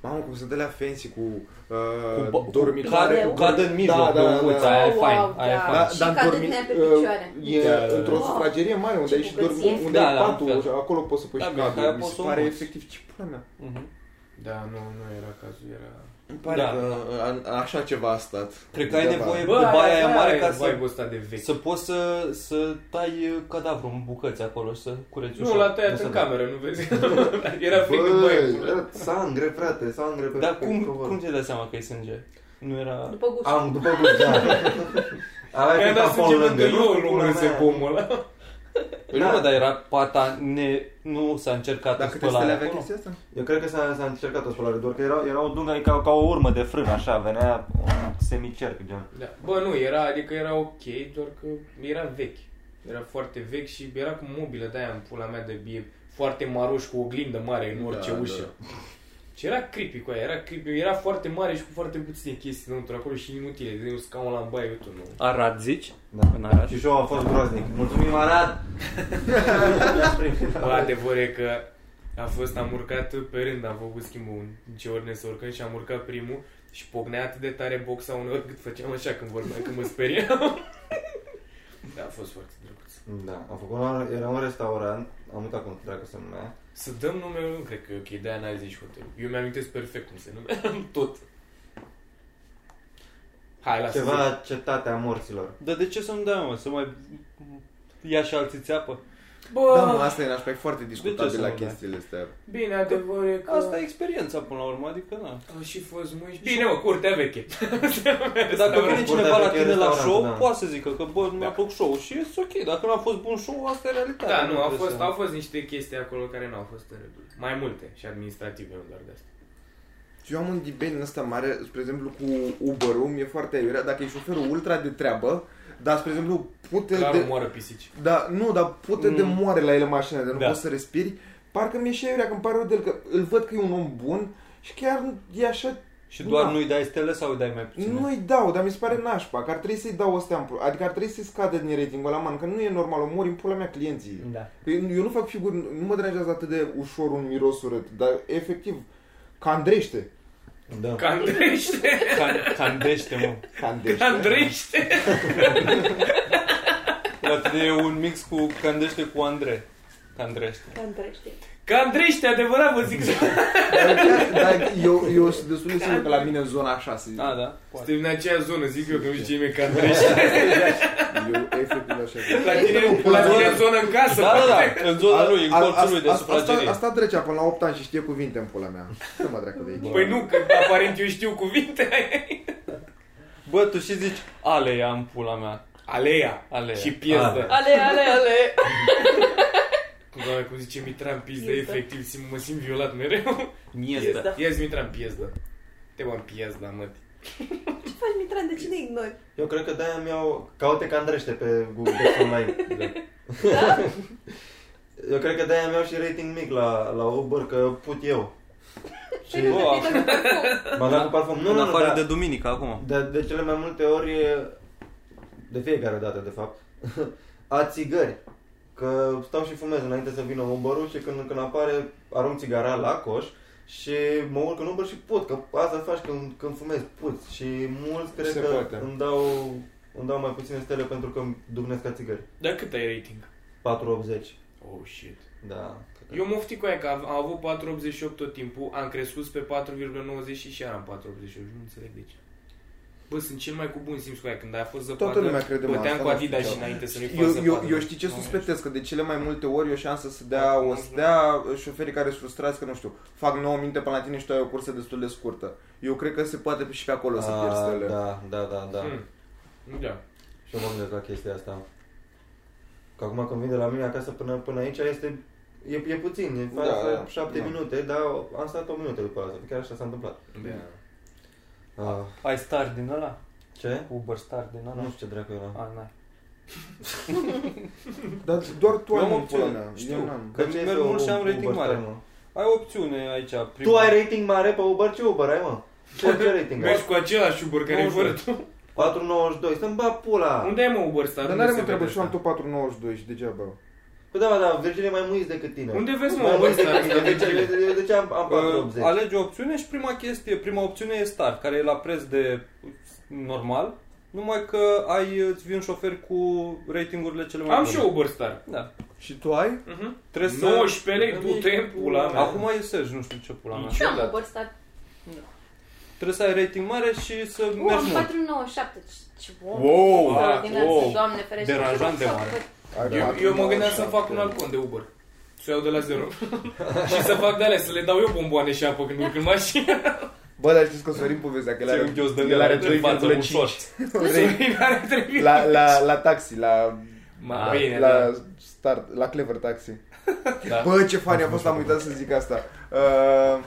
Mamă, cum sunt alea fancy cu, uh, Cu ba- cu dormitoare. cadă- cu cadă în mijloc, da, de da, uță, da. aia e Wow, fain, aia e da. fain. Da. Și cadă dormi- din aia pe uh, picioare. E Da, da, într-o da. sufragerie mare unde Ce ai și dormi, bucăție. unde Da, ai da, patul, fel. acolo poți să pui Da, și bine, că aia cadru. Mi poți se să o pare învăț. efectiv ce pula mea. Mhm. Da, nu, nu era cazul, era... Îmi pare Da. că a, așa ceva a stat. Cred că ai Undeva. nevoie Bă, de baia aia mare e ca să, vibe-ul ăsta de vechi. să poți să, să tai uh, cadavru în bucăți acolo și să cureți Nu, ușor. l-a Nu tăiat se în vede. cameră, nu vezi? Era fric în baie. Bă, era sangre, frate, sangre pe Dar pe cum, covor. cum ți-ai dat seama că e sânge? Nu era... După gust. Am, după gust, da. Avea Mi-a și dat sânge taponul lângă. pentru eu Pula românse mea. pomul ăla. Păi nu, mă, dar era pata, ne, nu s-a încercat Dacă în crezi că spălare le avea acolo. chestia asta? Eu cred că s-a, s-a încercat o spălare, doar că era, era o dungă, adică ca, ca o urmă de frână, așa, venea un semicerc, gen. Da. Bă, nu, era, adică era ok, doar că era vechi. Era foarte vechi și era cu mobilă de aia în pula mea de bie, foarte maroș, cu oglindă mare în orice Da, da. ușă. Și era creepy cu aia, era creepy, era foarte mare și cu foarte puține chestii înăuntru acolo și inutile, de un scaun la în baie, uite, nu. Arad, zici? Da. În Arad? Și show a fost groaznic. Da. Mulțumim, Arad! Bă, adevăr e că a fost, am urcat pe rând, am făcut schimbul în ce ordine să urcăm și am urcat primul și pocnea atât de tare boxa uneori cât făceam așa când vorbeam, când mă speriam. da, a fost foarte drăguț. Da, am făcut un, era un restaurant, am uitat cum dracu se numea. Să dăm numele, nu cred că e ok, de-aia n-ai zis hotelul. Eu mi-am amintesc perfect cum se numea tot. Hai, lasă Ceva Ceva... cetatea morților. Dar de ce să nu dai, mă? Să mai ia și alții țeapă? Bă, Da, mă, asta e nașpa, e foarte să discutabil nu, la da? chestiile astea. bine, adevărul e că... Asta e experiența până la urmă, adică na. Au și fost muși. Bine, mă, curtea veche. Că dacă vine cineva la Important e tine la restaurantul, show, da. poate să zică că bă, nu mi-a plăcut show și e ok. Dacă nu a fost bun show, asta e realitatea. Da, nu, au trebuie fost, să- au fost niște chestii acolo care nu au fost în regulă. Mai multe și administrative, nu doar de asta. Eu am un debate în ăsta mare, spre exemplu, cu Uber-ul, mi-e foarte aiurea, dacă e șoferul ultra de treabă, dar, spre exemplu, pute Clar de... omoară pisici. Da, nu, dar pute de Mm. moare la ele mașina, de nu Da. poți să respiri. Parcă mi-e și aiurea, că îmi pare rău de el, că îl văd că e un om bun și chiar e așa... Și doar Da. nu-i dai stele sau îi dai mai puține? Nu-i dau, dar mi se pare nașpa, că ar trebui să-i dau astea în pula, adică ar trebui să-i scadă din ratingul la man, că nu e normal, omori în pula mea clienții. Da. Că Eu eu nu fac figuri, nu mă deranjează atât de ușor un miros urât, dar efectiv, candrește. Da. Că Andrește, Can, candește, mă. Candrește. că Andrește. La tine e un mix cu candește cu Andrei. Candrește. Cântărește. Că Andrește, adevărat vă zic. Dar, chiar- dar eu, eu sunt destul de sigur că la mine în zona 6. Ah, A, da. Poate. Suntem în aceea zonă, zic eu că nu știu nimeni că Andrește. Eu efectiv așa. La tine, la tine în zonă în casă. Da, da, da. În zona lui, în A- a- colțul lui de a- asta, sufragerie. asta trecea până la 8 ani și știe cuvinte în pula mea. Să mă dracu de da. aici. Păi nu, că aparent eu știu cuvinte. Bă, tu și zici, ale ia în pula mea. Aleia. Aleea. Și Ah. piesă. Ale, ale, ale. Doamne, cum zice Mitran piesă, Piesă. efectiv, simt, mă simt violat mereu. Miestă. Ia zi Mitran piesă. Te mă piesă, da, mă. Ce faci, Mitran? De ce ne ignori? Eu cred că de-aia mi-au... Caute că Andrește pe Google Maps Online. Eu cred că de-aia mi-au și rating mic la, la Uber, că put eu. Și Bă, m-a acum, dat cu parfum. Nu, da. în nu, nu, afară dar- de duminică, acum. De, de cele mai multe ori, de fiecare dată de fapt, a țigări. Că stau și fumez înainte să vină uber și când, când apare arunc țigara la coș și mă urc în Uber și put, că asta faci când, când fumezi, put. Și mulți cred Se că poate. îmi dau, îmi dau mai puține stele pentru că îmi dubnesc ca țigări. Dar cât ai rating? 4,80. Oh, shit. Da. Eu mă oftic cu aia că am am avut 4,88 tot timpul, am crescut pe 4,90 și iar am 4,88. Nu înțeleg de ce. Bă, sunt cel mai cu bun simț cu aia. Când a fost zăpadă, Toată lumea crede, mă, băteam asta cu nu știu Adidas ce și am. înainte să nu-i fac Eu, eu, zăpadă. eu știi ce Nu, suspectez? Că de cele mai multe ori e o șansă să dea, o să dea șoferii care sunt frustrați că, nu știu, fac 9 minute până la tine și tu ai o cursă destul de scurtă. Eu cred că se poate și pe acolo să pierzi A, stele. da, da, da, da. Hmm. Da. Și eu mă gândesc la chestia asta. Că acum când vin de la mine acasă până, până aici este... E, e puțin, e Da, da, da. șapte Da. minute, dar am stat o minută după asta, chiar așa s-a întâmplat. Da. Ah, Ai star din ăla? ce? Uber star din ăla? Da, Ah, Nu știu ce dracu era. A, n-ai. Dar doar tu Eu ai am în pula opțiune, mea. știu. Eu n-am. Că nu merg este mult o- și am o rating mare. băștarnă. Ai opțiune aici. Prima. Tu ai rating mare pe Uber? Ce Uber ai, mă? Ce ce rating ai? Mergi cu același Uber care e Nu, fără 4,92. Să-mi bag pula. Unde ai mă Uber star? Dar Unde n-are se mă treabă vede și eu am asta? tot 492 și degeaba. Păi da, mă, da, Virgil e mai muiz decât tine. Unde vezi mă Mai Uber muiz star? decât tine. De ce- de- de- De ce am am Uh, 4,80? alege o opțiune și prima chestie, prima opțiune e start, care e la preț de normal, numai că ai, îți vin șoferi cu ratingurile cele mai Am bune. și eu Uber star. Da. Și tu ai? Mhm. Trebuie să... 19 lei, du-te, pula mea. Acum e Serge, nu știu ce pula mea. Nici. Și eu am Ciudat. Uber star. Trebuie să ai rating mare și să U, am mergi mult. 497. Ce- Ce om. Wow, Extraordinar, wow. Doamne ferește. Deranjant de Sau- mare. Eu, eu mă gândeam să fac un alt cont de Uber. Să iau de la zero. și să fac de alea, să le dau eu bomboane și apă când urc în mașină. Bă, dar știți că Sorin povestea că el Ți-ai are, un ghios de el mele are în față, un 2,5 short. Sorin are trebuit. la, la, la taxi, la, Ma, bine, da. la start, la Clever Taxi. Da. Bă, ce fani a fost, am uitat să zic asta. Uh,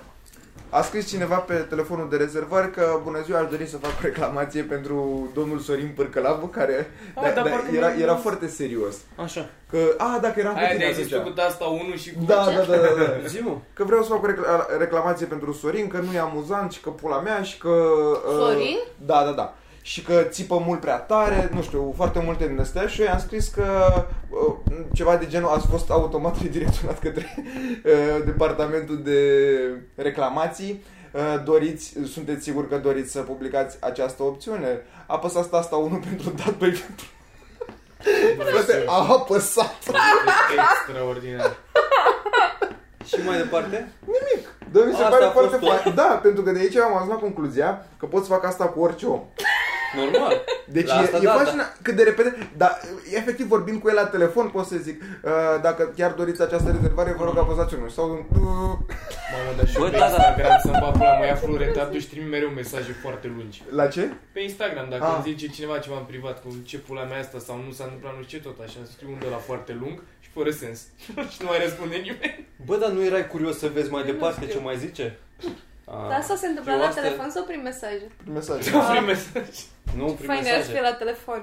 a scris cineva pe telefonul de rezervări că bună ziua, aș dori să fac o reclamație pentru domnul Sorin Pârcălavu, care Ah, da, dar da, parcă era, mi-am era zis. foarte serios. Așa. Că, a, dacă eram cu Aia tine de-ai zis tu atunci. cu asta 1 și cu... Da, da, da, da, da. Zi, mă. Că vreau să fac o recla- reclamație pentru Sorin, că nu e amuzant și că pula mea și că... uh, Sorin? Da, da, da. Și că țipă mult prea tare, nu știu, foarte multe din astea și eu i-am scris că uh, ceva de genul ați fost automat redirecționat către uh, departamentul de reclamații. Uh, Doriți, sunteți siguri că doriți să publicați această opțiune? Apăsați asta 1 pentru dat 2 pentru... Frate, a apăsat! Extraordinar. Și mai departe? Da, mi se Asta pare a fost foarte tot? fain. Da, pentru că de aici am ajuns la concluzia că poți să fac asta cu orice om. Normal. Deci La e, asta e da, fascinant cât de repede, dar efectiv vorbind cu el la telefon pot să zic uh, dacă chiar doriți această rezervare vă rog apăsați unul sau un... Mamă, dar și Bă, eu pe da, da. Instagram să-mi bag pula, mă ia fluretat, și trimi mereu mesaje foarte lungi. La ce? Pe Instagram, dacă Ah. îmi zice cineva ceva în privat cu ce pula mea e asta sau nu s-a întâmplat nu știu ce tot așa, îmi scriu un de la foarte lung și fără sens. și nu mai răspunde nimeni. Bă, dar nu erai curios să vezi mai Nu departe știu. ce mai zice? Ah, A, Dar asta se întâmplă Eu la asta- telefon sau prin mesaje? Prin mesaj. Ah. Nu primesc mesaj. Nu prin Fain ar fi mesaje. la telefon.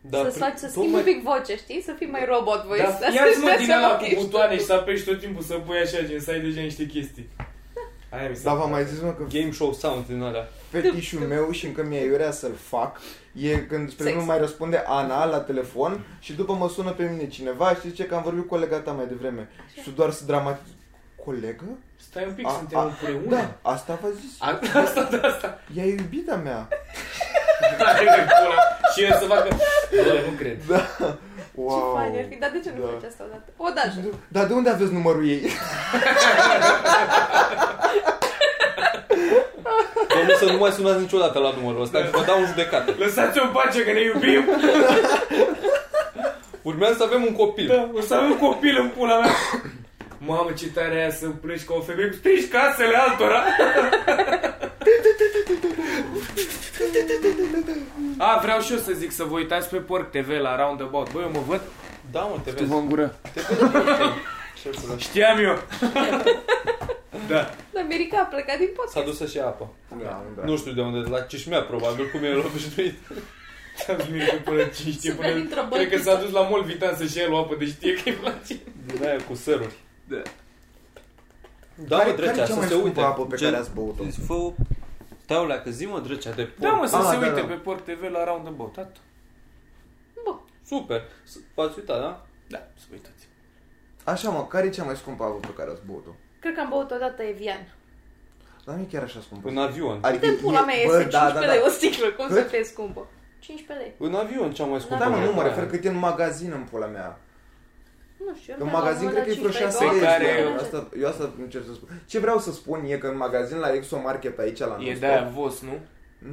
Dar Să prin- faci, să tot schimbi mai- un pic voce, știi? Să fii mai robot voice. Dar Asta Da. ia-ți mă este din ala ok. cu butoane și să apeși tot timpul să pui așa, gen, să ai deja niște chestii. Aia mi se Dar v-am mai zis mă că Game show sound din alea. fetișul meu și încă mi-e iurea să-l fac e când, spre Sex. exemplu, mai răspunde Ana la telefon și după mă sună pe mine cineva și zice că am vorbit cu colega ta mai devreme. Și tu doar să dramatiz... Colegă? Stai un pic, A, suntem a, împreună. Da, asta v-a zis. A- Asta, da, asta. Ea e iubita mea. Are de pula. Și el să facă... Bă, nu cred. Da. Ce Wow. fain ar fi, dar de ce nu Da. faci asta odată? O dată. Dar de unde aveți numărul ei? Domnul să nu mai sunați niciodată la numărul ăsta, că vă dau în judecată. Lăsați-o în pace că ne iubim. Urmează să avem un copil. Da, o să avem copil în pula mea. Mamă, ce tare e aia să pleci ca o femeie cu strici casele altora. A, vreau și eu să zic să vă uitați pe Porc TV la Roundabout. Băi, eu mă văd. Da, mă, te vezi. în gură. Știam eu. da. America a plecat din pot. S-a dus să-și ia apă. Da, da. Nu știu de unde, de la Cișmea probabil, cum el obișnuit. Am zis că până ce știe, Să până... veni într-o Cred că băltiță. s-a dus la mol Vitan să-și ia el o apă, deci știe că e la ce. Din aia cu săruri. Da. Da, Care- mă, care e drăcea, cea să mai se scumpă uite. apă pe Gen- care ați băut-o? Îți Fă... Stau la că zi, mă, drăcea de porc. Da, mă, să Ah, se da, uite da. pe Porc TV la Da, Roundabout. Atât. Bun. Super. S- V-ați uitat, da? Da, să vă uitați. Așa mă, care e cea mai scumpă apă pe care ați băut-o? Cred că am băut odată Evian. Dar nu e chiar așa scumpă. Adică În avion. Cât în pula mea e- este 15 lei o da. sticlă? Cum Cât? să fie scumpă? 15 lei. În avion cea mai scumpă. Da, mă, nu mă mâncare. refer cât e în magazin în pula mea. Păi Nu știu. eu În nu mai magazin am cred că la e vreo 15 6 lei. lei. Care- eu asta, eu asta încerc să spun. Ce vreau să spun e că în magazin la Exomarket aici la E noi, de-aia vos, nu?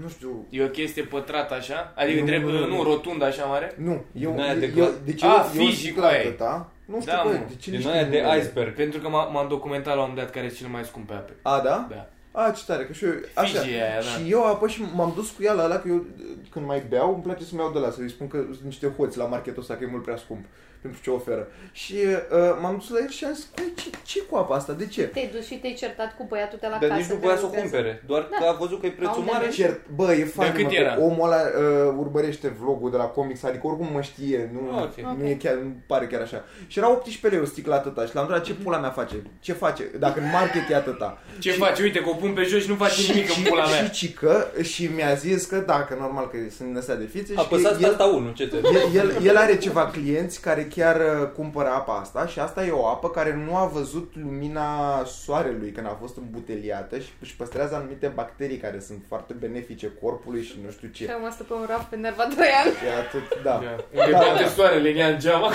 nu știu, E o chestie pătrată așa? Adică Nu, nu, nu, nu. nu, rotundă așa mare? nu, eu, Din aia Da, de eu, gla- eu, deci eu, Ah, eu Fiji, zic cu la aia. atâta, nu știu, Da, bă, mă. de ce nu Din știu aia de numele? iceberg. Pentru că m-am m-am documentat la un moment dat care e cel mai scump pe ape. A, da? Da. A, ce tare, că și eu, așa. Fiji e aia, da. Și eu apoi și m-am dus cu ea la alea, că eu când mai beau, îmi place să-mi iau de la, să-i spun că sunt niște hoți la marketul ăsta, că e mult prea scump pentru ce oferă. Și uh, m-am dus la el și am zis, "Păi, ce, ce cu apa asta, de ce? Te-ai dus și te-ai certat cu băiatul de la Dar casă. nici nu te voia să o lucrează. cumpere, doar Da. că a văzut că e prețul Aude, mare vezi? și Cert, bă, e fain, cât mă, că era? omul ăla uh, urmărește vlogul de la comics, adică oricum mă știe, nu, Ah, ok. nu e chiar, nu pare chiar așa. Și era 18 lei o sticlă atâta și l-am întrebat ce pula mea face, ce face, dacă în market e atâta. Ce faci? Uite că o pun pe jos și nu faci Și- nimic în și- pula Și mea. cică, și mi-a zis că da, că normal că sunt din astea de fițe și apăsați că el, data 1, ce te... el, el, el, are ceva clienți care chiar uh, cumpără apa asta și asta e o apă care nu a văzut lumina soarelui când a fost îmbuteliată și își păstrează anumite bacterii care sunt foarte benefice corpului și nu știu Și ce. am asta pe un raft pe nerva 3 ani. E atât, da. Da. Unde bate soarele în ea în geama.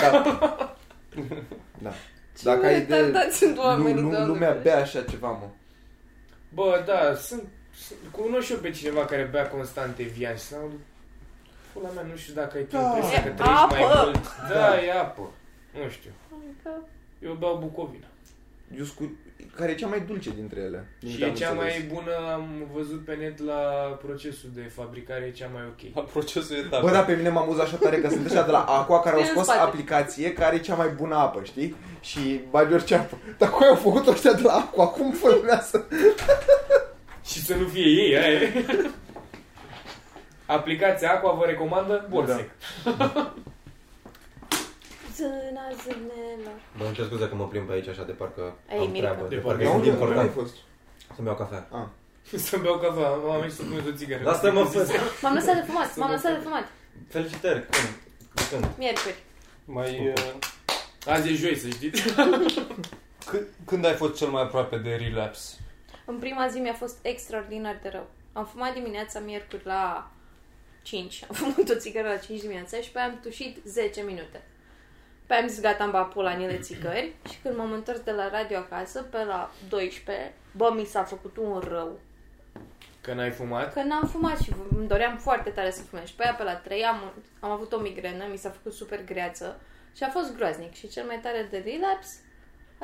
Dacă ai de... Retardați sunt Lu, oamenii, lu, doamne. lumea bea așa ceva, mă. Bă, da, sunt, sunt cunosc și eu pe cineva care bea constant Evian și sau pula mea, nu știu dacă ai tu Da. impresia că E trăiești mai apă. mult. Da, Da. e apă. Nu știu. Adică, Eu beau Bucovina. Eu scu... care e cea mai dulce dintre ele. din și câte e am cea înțeles. mai bună, am văzut pe net la procesul de fabricare, e cea mai ok. La procesul etapă. Bă, dar pe mine m-am amuzat așa tare că sunt ăștia de la Aqua care au Stai în scos spate. aplicație care e cea mai bună apă, știi? Și bagi orice apă. Dar cum au făcut ăștia de la Aqua? Cum formează? Păi, Și să nu fie ei, aia e. Aplicația Aqua vă recomandă Da. Borsec. Zâna, zânelor. Mă îmi cer scuze că mă plimb pe aici așa de parcă Ei, am Mirica. treabă. De De parcă parcă e sunt Mirica. unde ai important fost? să-mi iau cafea. Să beau cafea, am ieșit să pun o țigară. Lasă-mă, fă! M-am lăsat de fumat, m-am lăsat de fumat. Felicitări! Când? Când? Miercuri. Mai, uh, Azi e joi, să știți. câ- când ai fost cel mai aproape de relapse? În prima zi mi-a fost extraordinar de rău. Am fumat dimineața miercuri la 5. Am fumat o țigară la 5 dimineața și pe aia am tușit 10 minute. Pe aia am zis gata, am bapul la niile țigări și când m-am întors de la radio acasă, pe la 12, bă, mi s-a făcut un rău. Că n-ai fumat. Că n-am fumat și îmi doream foarte tare să fumez. Și pe aia pe la 3 am, am avut o migrenă, mi s-a făcut super greață și a fost groaznic. Și cel mai tare de relapse,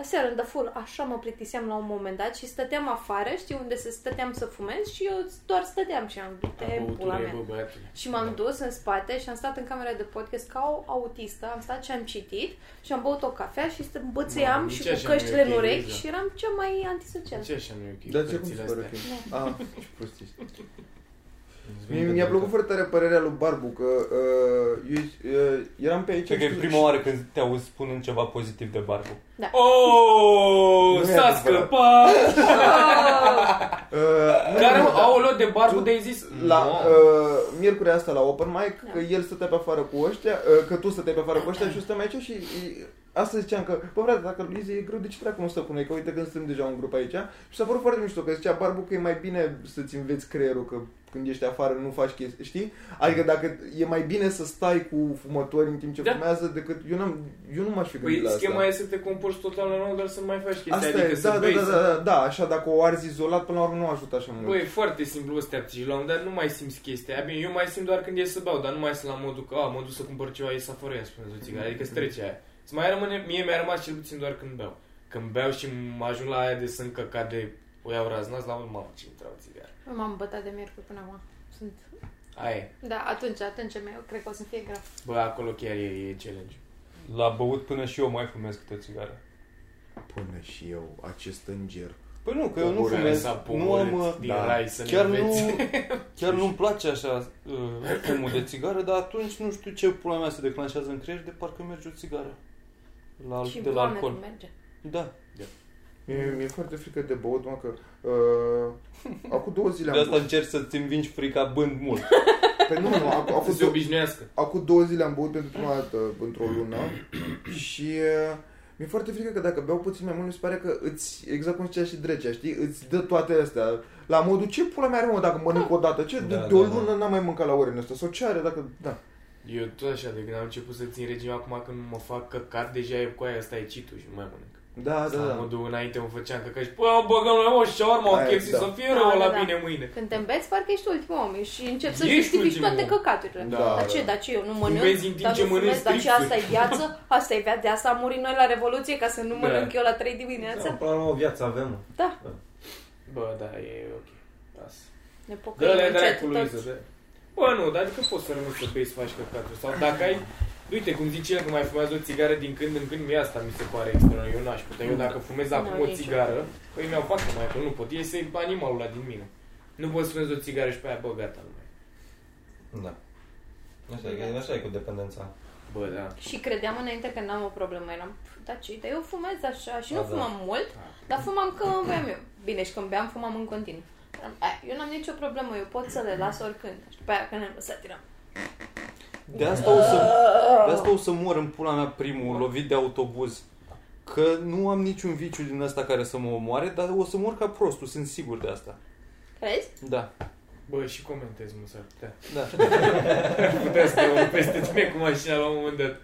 aseară în daful, așa mă plictiseam la un moment dat și stăteam afară, știi unde se stăteam să fumez și eu doar stăteam și am Am du-te, băutură, pula e, mea. bă, Da. băiatule. Și m-am dus în spate și am stat în camera de podcast ca o autistă, am stat și am citit și am băut o cafea și stă- bățeam Mamă, și nici așa cu nu e căștile în ok, urechi Luiza. și eram cea mai antisocială. Ce așa nu e ok? Da, ce cum părțile se pare astea? ok? Ah, ce prostii. Mie, mi-a plăcut foarte tare părerea lui Barbu că uh, eu uh, eram pe aici. Cred că e prima oară când te auzi spunând ceva pozitiv de barbu. Oh, Nu e s-a adevărat. scăpat! Uh, nu, Care, nu, da. aoleo, de barbu de-ai zis? La No. uh, miercurea asta la open mic, Da. că el stătea pe afară cu ăștia, uh, că tu stăteai pe afară cu ăștia și eu stăm aici și uh, asta ziceam că, bă frate, dacă lui Luiza e greu, de ce dracu nu stă cu noi? Că uite că suntem deja un grup aici și s-a părut foarte mișto că zicea Barbu că e mai bine să-ți înveți creierul că când ești afară nu faci chestii, știi? Adică dacă e mai bine să stai cu fumători în timp ce Da. fumează decât eu, n-am, eu nu m-aș fi gândit Păi la asta. schema e să te comporți total normal, dar să nu mai faci chestia, Asta adică e, să da, da, bei, da, să- da, da, da, așa dacă o arzi izolat, până la urmă nu ajută așa mult. Bă, e foarte simplu ăsta și la un moment dat nu mai simți chestia aia. Bine, eu mai simt doar când ies să beau, dar nu mai sunt la modul că, a, mă duc să cumpăr ceva, ies afară, ia spune o țigară, adică îți trece aia. Îți mai rămâne, mie mi-a rămas cel puțin doar când beau. Când beau și mă ajung la aia de sunt căcat de o iau raznaz, la un mamă ce intră o țigară. M-am bătat de miercuri până acum. Sunt Aia e. Da, atunci, atunci eu cred că o să fie grav. Bă, acolo chiar e, e challenge. La băut până și eu mai fumez câte o țigară. Până și eu, acest înger. Păi nu, că eu nu Coborât, fumez, S-a nu am... pogorât uh, din da. rai să Chiar ne înveți. nu, chiar nu-mi place așa uh, fumul de țigară, dar atunci nu știu ce pula mea se declanșează în creier de parcă merge o țigară. La, și de la Doamne, alcool. cum merge. Da. Mi-e, mi-e foarte frică de băut, mă, că uh, acum două zile De am asta băut. încerci să-ți învingi frica bând mult. Pe nu, nu, acu, Să acu, se două, obișnuiască. acu două zile am băut pentru prima dată într-o lună și uh, mi-e foarte frică că dacă beau puțin mai mult, mi se pare că îți, exact cum zicea și drecea, știi, îți dă toate astea. La modul, ce pula mea are, mă, dacă mănânc o dată? Ce, Da, de, de o da, da. lună n-am mai mâncat la orele astea? Sau ce are dacă, da. Eu tot așa, de când am început să țin regim, acum când mă fac căcat, deja e cu aia, asta e citul și nu mai mănânc. Da, da, Da, da. da. modul înainte mă făceam căcat și păi am băgăm la o șaorma, o Aia, chestie, da. să fie rău Da, la da, da. bine mâine. Când te îmbeți, parcă ești ultimul om și începi să Ești justifici ultimul toate om. căcaturile. Da, dar da. ce, dar ce, eu nu mănânc, Fumezi în timp dar ce nu mănânci fumez, dar ce, asta stripsuri. e viață, asta e viață, de asta am murit noi la Revoluție ca să nu Da. mănânc eu la 3 dimineața. Da, până la urmă o viață avem, mă. Da. Bă, da, e ok. Lasă. Ne pocăim Dă-le încet dracului, toți. Luiza, dă Bă, nu, dar adică poți să renunți să bei să faci căcatul. Sau dacă ai... Uite, cum zice el că mai fumează o țigară din când în când, mie asta mi se pare extraordinar. Eu n-aș putea. Eu dacă fumez acum Nu, o nici eu. țigară, păi mi-au fac mai că nu pot. Iese animalul ăla din mine. Nu poți să fumezi o țigară și pe aia, bă, gata, nu mai. Da. Așa e, așa e cu dependența. Bă, da. Și credeam înainte că n-am o problemă. Eram, "Pf, da ce, dar eu fumez așa și nu Da, da. fumam mult, dar fumam când voiam eu. Bine, și când beam, fumam în continuu. Eram, "Ai, Eu n-am nicio problemă, eu pot să le las oricând. Și după aia când am lăsat, eram, De asta, o să, de asta o să mor în pula mea primul, lovit de autobuz. Că nu am niciun viciu din ăsta care să mă omoare, dar o să mor ca prostul, sunt sigur de asta. crezi? Da, Bă, și comentez, mă, s-ar putea. da. Ar putea să te urc peste tine cu mașina la un moment dat.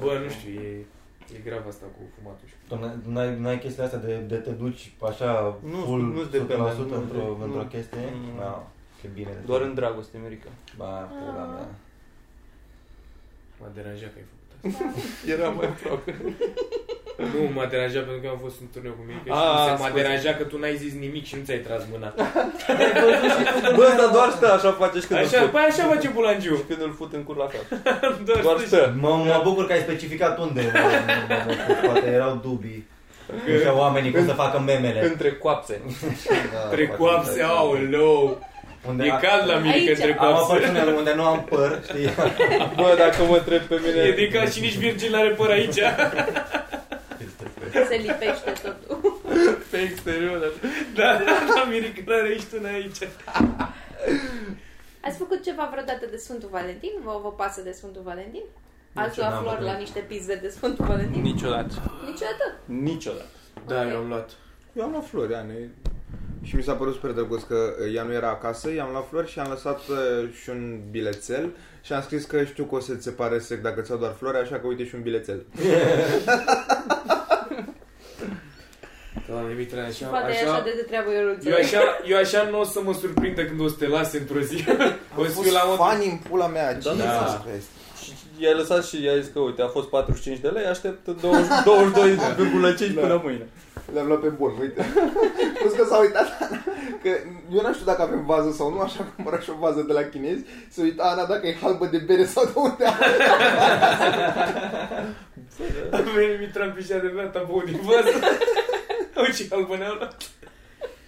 Bă, nu știu, e, e grav asta cu fumatul și cu... Tu n-ai- N-ai, n-ai chestia asta de, de te duci așa Nu, full nu-s 100% dependent, nu, într-o, nu. într-o chestie? Nu. Da, e bine. Doar în dragoste, Mirica. Ba, pula mea. M-a deranjat că ai făcut asta. Era mai aproape. Nu, m-a deranjat pentru că am fost în turneu cu mine și A, nu se- m-a scuze. deranjat că tu n-ai zis nimic și nu ți-ai tras mâna. Bă, dar doar stă, așa face și când îl Așa, fut. păi așa face bulangiu. Când îl fut în cur la cap. Doar, Doar stă și- stă. Mă, mă bucur că ai specificat unde. mă, mă, mă, mă, Poate erau dubii. Nu știu oamenii cum să facă memele. Între coapse. Da, Între poate- coapse, aoleu. Unde E a- cald la mine că Aici. între Da. Am coapse. apărținele unde nu am păr, știi? Bă, dacă mă întreb pe mine... E de ca și nici Virgil n-are păr aici. Se lipește totul. pe exterior. Da, da, da, Mirica n-are aici, tu n-ai aici. Ați făcut ceva vreodată de Sfântul Valentin? Vă, vă pasă de Sfântul Valentin? Ați luat n-am flori făcut. la niște pizze de Sfântul Valentin? Niciodată. Niciodată. Niciodată. Da, Ok. eu am luat. Eu am luat flori, Ane. Și mi s-a părut super drăguț că uh, ea nu era acasă, i-am luat flori și am lăsat uh, și un bilețel și am scris că știu că o să-ți se pare sec dacă ți-au doar flori, așa că uite și un bilețel. Doamne, Mitra, Și așa, poate e așa așa, de, de treabă, eu nu eu înțeleg. așa, eu așa nu o să mă surprindă când o să te lase într-o zi. O să fiu la modul, Fani în pula mea, ce da. da. Și I-ai lăsat și i-ai zis că, uite, a fost 45 de lei, aștept 20 22,5 până mâine. Le-am luat pe bun, uite. Plus că s-a uitat Ana, că eu nu știu dacă avem vază sau nu, așa cum era și o vază de la chinezi, se uita Ana dacă e halbă de bere sau de unde a A venit Mitran Pișa de vreo tabou din vază. Au ce albăneau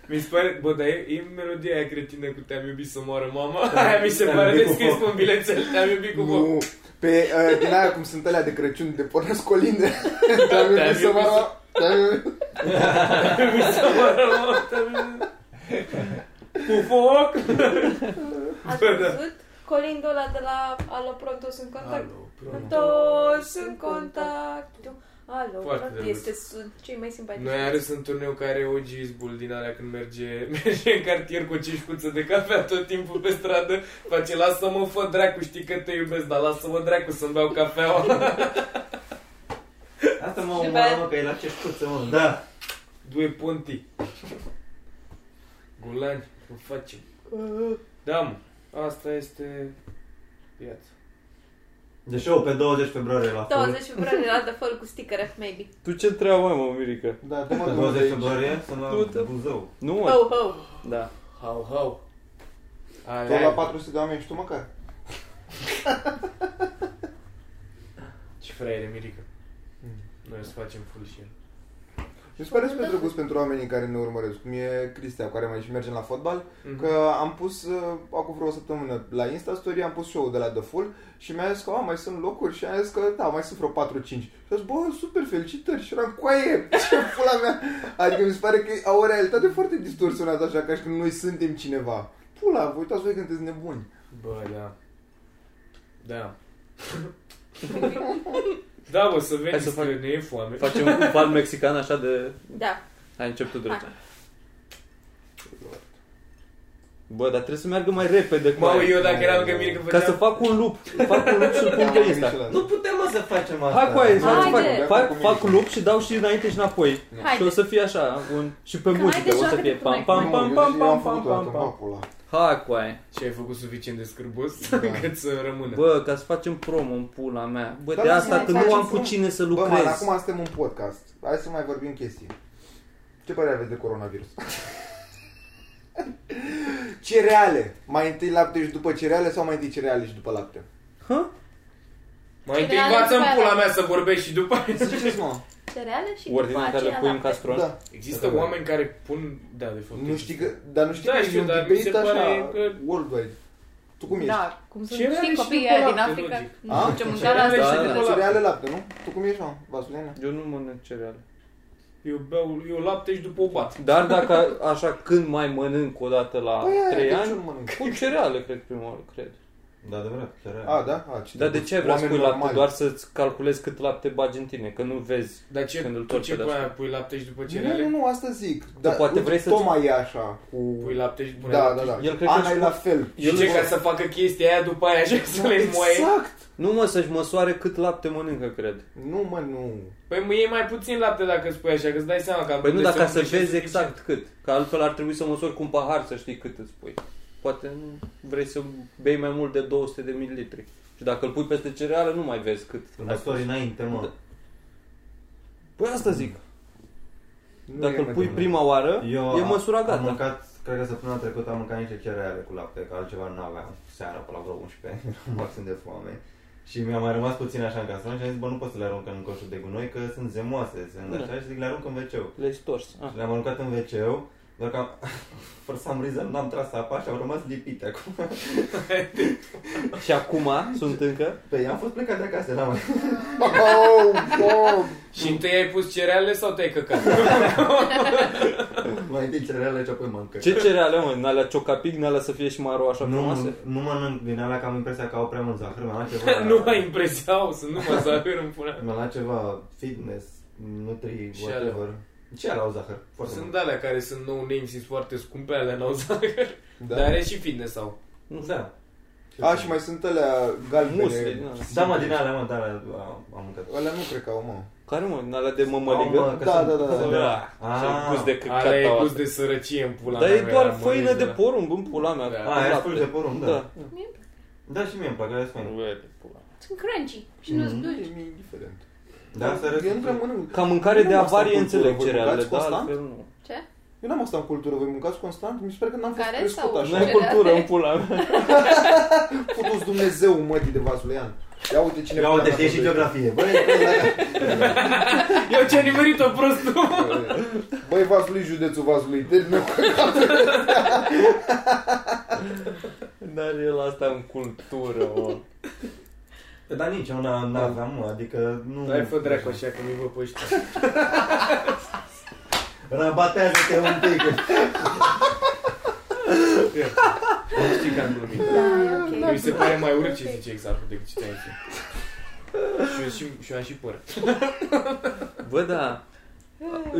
Mi se pare, bă, dar e, e melodia aia cretină cu Te-am iubit să moară mama. Aia mi se Te-am pare iubit cu descris foc. pe un bilețel. Te-am iubit cu foc. Nu, pe uh, din aia cum sunt alea de Crăciun, de pornesc colinde. Da, Te-am Te-am iubit să iubit să- mă te-am iubit- Te-am iubit să moară mama. te-am iubit. Cu foc. Ați Bă, da. văzut colindul ăla de la Alo Pronto sunt contact? Alo, Pronto sunt contact. Alo Foarte Pronto drăguț. este sunt cei mai simpatici. Noi am râs în turneu care o gizbul din alea când merge, merge în cartier cu o cișcuță de cafea tot timpul pe stradă. Face, lasă-mă, fă dracu, știi că te iubesc, dar lasă-mă dracu să-mi beau cafeaua. Asta mă Și omoară, pe- mă, că e la ceșcuță, mă. Da. Due Ponti. Gulani, o facem. Da, mă. Asta este viața. De show Deci, pe 20 februarie la Fol. 20 februarie la The Fall cu stickere, maybe. Tu ce treabă ai, mă, Mirica? Da, Pe te mă 20 februarie sunt Du-te. la Buzău. Nu, mă. Ho, ho. Da. Hau, hau. Ai, Tot la ai. 400 de oameni și tu măcar. Ce fraiere, Mirica. Noi o să facem full și el. Mi se pare super drăguț pentru oamenii care ne urmăresc, cum e Cristea, cu care mai și mergem la fotbal, Mhm. că am pus, uh, acum vreo săptămână, la Insta Story, am pus show-ul de la The Full și mi-a zis că, a, mai sunt locuri și am zis că, da, mai sunt vreo 4-5. Și a zis, bă, super, felicitări, și eram, coaie, ce pula mea. Adică mi se pare că au o realitate foarte distorsionată, așa, ca și când noi suntem cineva. Pula, vă uitați voi când sunteți nebuni. Bă, da. Da. da, bă, să Hai veniți să să fac- ne e foame. Facem un pal mexican așa de... Da. Ai început Hai. dreptul. Bă, dar trebuie să meargă mai repede cu Mă, aia. eu dacă eram că Mirica Ca făcea... să fac un loop. Fac un loop și îl pun pe Insta. Nu putem, mă, să facem asta. Hai cu aia, Haide! să fac, fac, fac loop și dau și înainte și înapoi. Și o Haide. să fie așa, un, și pe Că muzică, haide o să joacă-te fie tu pam mai pam Nu, pam eu pam deja am pam făcut pam o dată, pam pam. mă, pula. Ha, cu aia. Și ai făcut suficient de scârbos Da. încât să rămână. Bă, ca să facem promo în pula mea. Bă, Da, de da, asta să că nu mai facem am cu promo. cine să Bă, man, lucrez. acum suntem un podcast. Hai să mai vorbim chestii. Ce părere aveți de coronavirus? cereale. Mai întâi lapte și după cereale sau mai întâi cereale și după lapte? Mai întâi Cereale învață în după aia. pula mea să vorbești și după aia. Să ziceți, mă. Cereale și Ordinea după în care le aceea pui în lapte. castron. Da. Există oameni care pun... Da, de fapt. Nu știi că... Dar nu știi Da, că știu, e un dar mi debate se pare așa că- worldwide. Tu cum ești? Da, cum să Cereale știi și copiii după aia din lapte, Africa? logic. Nu A? știu ce mâncau la Cereale Da, asta. și da. după lapte. Cereale lapte, nu? Tu cum ești, mă? Vasiliana? Eu nu mănânc cereale. Eu beau eu lapte și după o bat. Dar dacă a- așa când mai mănânc o dată la Păi aia, 3 de ce ani, nu mănânc? cu cereale, cred, prima oară, cred. Da, adevărat, chiar aia. A, da? A, ce Dar de ce ai vrea să Oameni pui lapte? normali. Doar să-ți calculezi cât lapte bagi în tine, că nu vezi. Dar ce, Când îl tu torci ce pe pui de-astea. aia? Pui lapte și după Nu, nu, cereale? nu, asta zic. Dar poate uite, vrei să-ți- Toma e așa cu... Pui lapte și pune Da, lapte da, și- da. El cred că Ana își- e la fel. Și ce, ca să facă chestia aia după aia așa Da. să le moaie? Exact. Nu mă, să-și măsoare cât lapte mănâncă, cred. Nu, mă, nu. Păi mă iei mai puțin lapte dacă spui așa, că îți dai seama că... am Păi nu, putut dar ca să umpli și vezi suficient. exact cât. Că altfel ar trebui să măsori cu un pahar să știi cât îți pui. Poate nu vrei să bei mai mult de 200 de mililitri. Și dacă îl pui peste cereale, nu mai vezi cât. Îl măsori înainte, mă. Păi asta zic. Nu e Dacă îl pui metodă. prima oară, Eu e măsura am- Am gata. mâncat, cred că săptămâna trecută am mâncat niște cereale cu lapte, că altceva nu aveam seara pe la vreo 11, eram maxim de foame. Și mi-a mai rămas puțin așa în casă și am zis, bă, nu pot să le arunc în coșul de gunoi, că sunt zemoase, sunt Da. așa, și zic, le arunc în wc Le-ai stors. Ah. Și le-am aruncat în wc doar că am, for some reason, n-am tras apa și au rămas lipite acum. Și acum sunt încă. Păi am fost plecat de acasă, n-am mai... Oh, Bob! Și întâi ai pus cereale sau te-ai căcat? Da. Mai întâi cereale și apoi mă Ce cereale, mă? În alea ciocapic, în alea să fie și maro așa nu, frumoase? nu mănânc din alea că am impresia că au prea mult zahăr, mi-a luat Da, ceva... nu ai impresia, o să nu mă zahăr în pula. Mi-a luat ceva fitness, nutri, Și alea. whatever. Ce alea au zahăr? Foarte Sunt mult. alea care sunt no name și sunt foarte scumpe, alea n-au zahăr. Da. Dar are și fitness sau. Nu știu. Da. A, și mai sunt alea galbene. Musli, da. Da, mă, din alea, mă, dar am mâncat. Alea nu cred că au, mă. Care, mă? În alea de Au, mămăligă? mă, că Da, sunt- da, da, da. sunt- Da. Ah. Și gust de căcat. Alea e gust de sărăcie în pula Dar mea. e că doar eram făină mănânc de la- porumb în pula mea. Da. cu Ah, era lapte. full de porumb, da. Da. Mm. Da, și mie îmi plac, alea sunt faine. Bă, de pula. Sunt crunchy și nu-s Mhm. dulci. E indiferent. Da, să Eu nu prea răspund. mănânc. Ca mâncare Nu de mă stau avarie în înțeleg cultură, voi cerealele, mâncați da, constant? altfel nu. Ce? Eu n-am asta în cultură. Voi mâncați constant? Mi se pare că n-am fost Care crescut sau- așa. Nu Cereale. e cultură în pula mea. Putu-ți Dumnezeu mătii de Vasulean. Ia uite cine... Ia pula uite, mea știe și vorbește. geografie. Băi, băi, da. Eu ce-am nimerit-o prostul. Băi, Vasului, județul Vasului, termină cu Dar el asta în cultură, mă. Dar nici eu n-a- n-aveam, mă, adică Mm. nu... Hai fă dracu așa că mi vă păști. Rabatează-te un pic. Nu știi că am glumit. Da, e ok. Mi se pare mai urât ce zice exact decât ce ai zis. Și eu, și, și eu am și păr. Bă, da.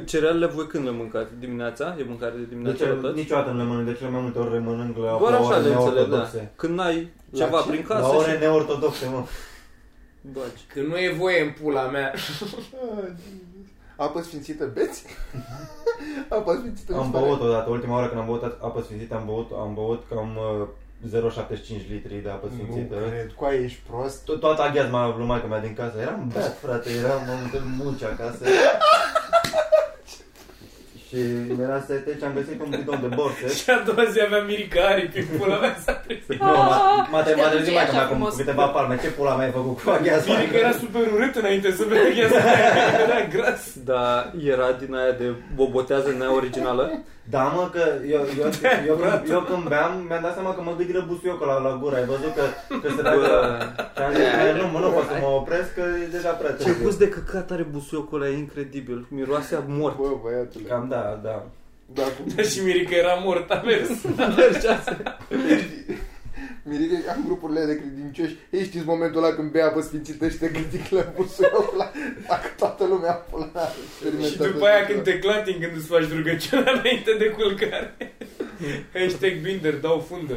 Cerealele voi când le mâncați? Dimineața? E mâncare de Deci, dimineață la eu toți? niciodată nu le mănânc, de cele mai multe ori le mănânc la Doar la așa ore le înțeleg, da. neortodoxe. Când ai ceva prin La casă ore și neortodoxe, mă. bagi. Că nu e voie în pula mea. Apă sfințită beți? Apă sfințită nu Am stare. băut odată, ultima oară când am băut apă sfințită, am băut, am băut cam uh, 0,75 litri de apă Nu sfințită. cred, cu aia ești prost. To- Toată aghiaz m-a luat maica mea din casă. Eram beat, frate, eram am întâlnit muci acasă. și mi-era sete și am găsit un bidon de borse. Și a doua zi aveam mirica aripi în pula mea s-a trezit. Nu, m-a- m-a Ah, trezit- m-a trezit și maica așa mea cu frumos. câteva palme. Ce pula mea ai făcut cu aghiaz? Mirica era super urât înainte să vedă gheața aia, era gras. Da, era din aia de bobotează în aia originală. Da, mă, că eu, eu, eu, eu, când- eu când beam, mi-am dat seama că mă dă răbusuiocul la, la gură. Ai văzut că, că se Da, dă Bă, Și am zis, "Bă, nu, mă, nu pot să mă opresc, că e deja prea ce târziu. gust de căcat are busuiocul ăla, e incredibil. Miroase a mort. Bă, băiatule. Cam da, da. Da, cum Da, și Mirica era mort, a mers. Mirica, am grupurile de credincioși. Ei știți momentul ăla când bea apă sfințită și te critic la busul ăla. Dacă toată lumea pula mea, Și experimentează după aia asta. când te clatin, când îți faci rugăciunea înainte de culcare. Hashtag binder, dau fundă.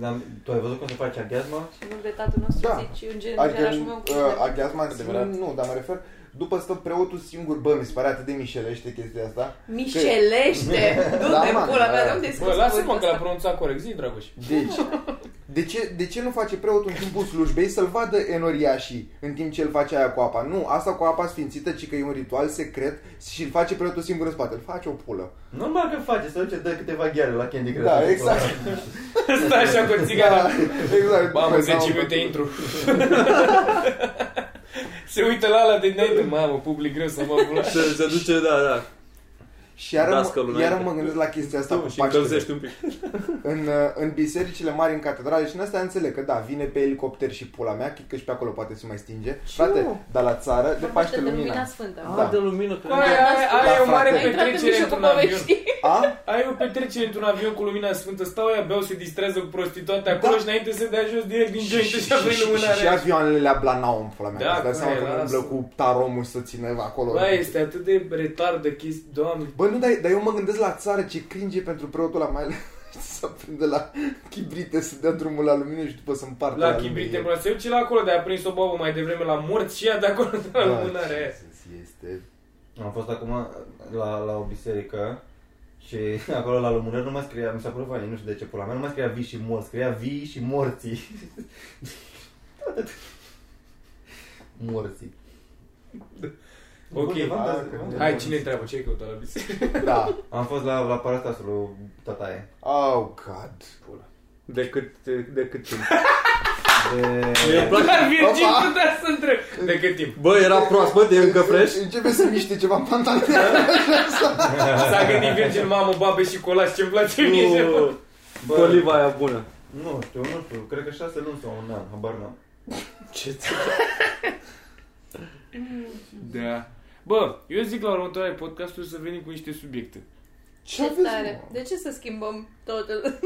Dar tu ai văzut cum se face aghiazma? Și nu de tatăl nostru Da. zici, un gen Adică, generașul meu cu uh, aghiazma în sine, Adevărat. nu, dar mă refer, după stă preotul singur, bă, mi se pare atât de mișelește chestia asta. Mișelește! Du-te, Da, mă, pula mea, da. de unde ai Bă, scos lasă-mă cuvântul că l-a ăsta? pronunțat corect, zi, Dragoș. Deci, De ce, de ce nu face preotul în timpul slujbei să-l vadă enoriașii în timp ce îl face aia cu apa? Nu, asta cu apa sfințită, ci că e un ritual secret și îl face preotul singur în spate. Îl face o pulă. Normal că face, să duce, dă câteva gheare la Candy Crush. Da, exact. Stai așa cu țigara. exact. Mamă, Păi, 10 da, minute intru. Se uită la ala de dinainte, mamă, public greu să mă apuc. Se, se duce, da, da. Și iară, Dascălul mă, înainte. iară mă gândesc la chestia asta Tu cu și Paștele. încălzești un pic. În, uh, în bisericile mari, în catedrale și în astea înțeleg că da, vine pe elicopter și pula mea, chit că și pe acolo poate se mai stinge. Frate, dar la țară, de Vorbește Paște lumina lumina. Sfântă. Da. Da. de lumină. Că... Păi, Ai, ai, ai o Da, mare frate. Ai intrat în petrecere mijlocul într-un avion. poveștii. A? Ai o petrecere într-un avion cu lumina sfântă, stau aia, beau, se distrează cu prostituate acolo Da. și înainte să dea jos direct din joint și apoi și, lumânarea. și avioanele le-a blanau în pula mea. Da, Da, dai seama corect, că nu lasă. umblă cu taromul să țină acolo. Bă, este atât de retardă chestia, doamne. Bă, nu, dar, dar eu mă gândesc la țară ce cringe pentru preotul ăla mai ales să prinde la chibrite, să dea drumul la lumină și după să împartă La chibrite, lumină. bro, se duce la acolo, de-aia a prins o babă mai devreme la morți și ea de acolo de la Da, lumânarea aia. Jesus, este... Am fost acum la, la o biserică și acolo la lumânări nu mai scria, mi s-a părut fain, nu știu de ce pula mea, nu mai scria vii și morți, scria vii și morții. Atât. morții. Ok, Bun, da, da, că- da. hai, cine întreabă, ce ai căutat la biserică? Da. Am fost la, la parastasul lui tataie. Oh, God. De cât, de cât timp? De... Mie îmi place. Dar Virgin Opa! putea să întreb. De cât timp? Bă, era proaspăt, e încă fresh. Începe să miște ceva în pantaloni. Da. S-a gândit Virgin, mamă, babe și colaci, ce-mi place mie. Cu Bă, oliva aia bună. Nu știu, nu știu, cred că șase luni sau un an, habar n-am. Ce Da. Bă, eu zic la următoarea podcasturi să venim cu niște subiecte. Ce Ce aveți, tare. mă? De ce să schimbăm totul?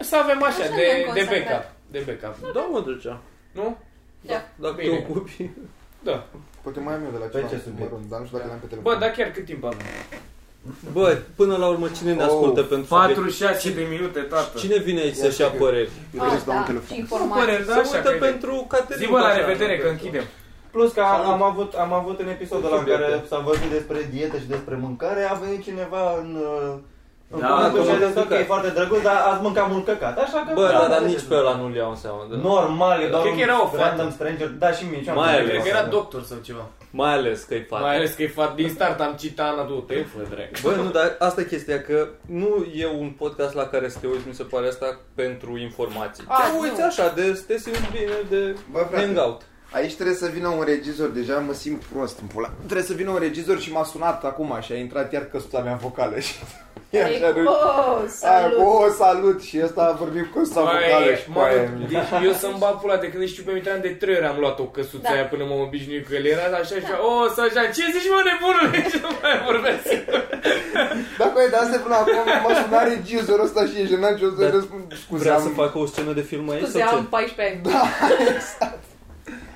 Să avem așa, Așa ne-am de, de consacrat. backup. De backup. Da. Da, mă ducea. Nu? Dacă Bine. te ocupi. Da. Poate mai am eu de la Pe ceva. ce subiect? mărunt, Dar nu știu dacă le-am pe telefon. Bă, dar chiar cât timp avem? Bă, până la urmă cine ne Oh, ascultă pentru 46 de minute, subiect? tată. Cine vine aici să-și Ia ia să- păreri? Eu trebuie să dau un telefon. și Nu informații. păreri, da, Da, Exact așa Se uită că e. pentru Caterin. Zi, bă, la așa. revedere, că închidem. Plus că am, am, avut, am avut un episod ăla în Subiecte. care s-a vorbit despre dietă și despre mâncare, a venit cineva în... uh, În Da, da, acolo și a am zis, ok, mâncat. e foarte drăguț, dar ați mâncat mult căcat, așa că... Bă, da, dar da, dar nici da. pe ăla nu-l iau în seamă. da. Normal, e doar Cred un că era o fată. random stranger, da și mie, ce am Mai făcut? ales. Cred că era doctor sau ceva. Mai ales că-i Mai fată. ales că e fat din start, am citit Ana, du te fă, drag. Bă, nu, dar asta e chestia, că nu e un podcast la care să te uiți, mi se pare asta, pentru informații. A, te uiți Ah, nu. așa, de, să te simți bine, de Bă, frate. hangout. Aici trebuie să vină un regizor, deja mă simt prost în pula. Trebuie să vină un regizor și m-a sunat acum și a intrat iar căsuța mea vocală și... E așa, nu- Oh, Aia cu, salut! o, salut! Și ăsta a vorbit cu ăsta vocală și cu aia. mă, deci eu să-mi bag pula de când ești pe mitran de trei ori am luat o căsuță Da. aia până m-am obișnuit cu el. Era așa și o, să așa, ce zici mă nebunule? Și nu mai vorbesc. Dacă ai de asta până acum, mă suna regizorul ăsta și e jenant și o să-i Dar răspund. Scuze, Da. Vrea am... să facă o scenă de film aici Scuze, sau am ce? 14 ani. Da.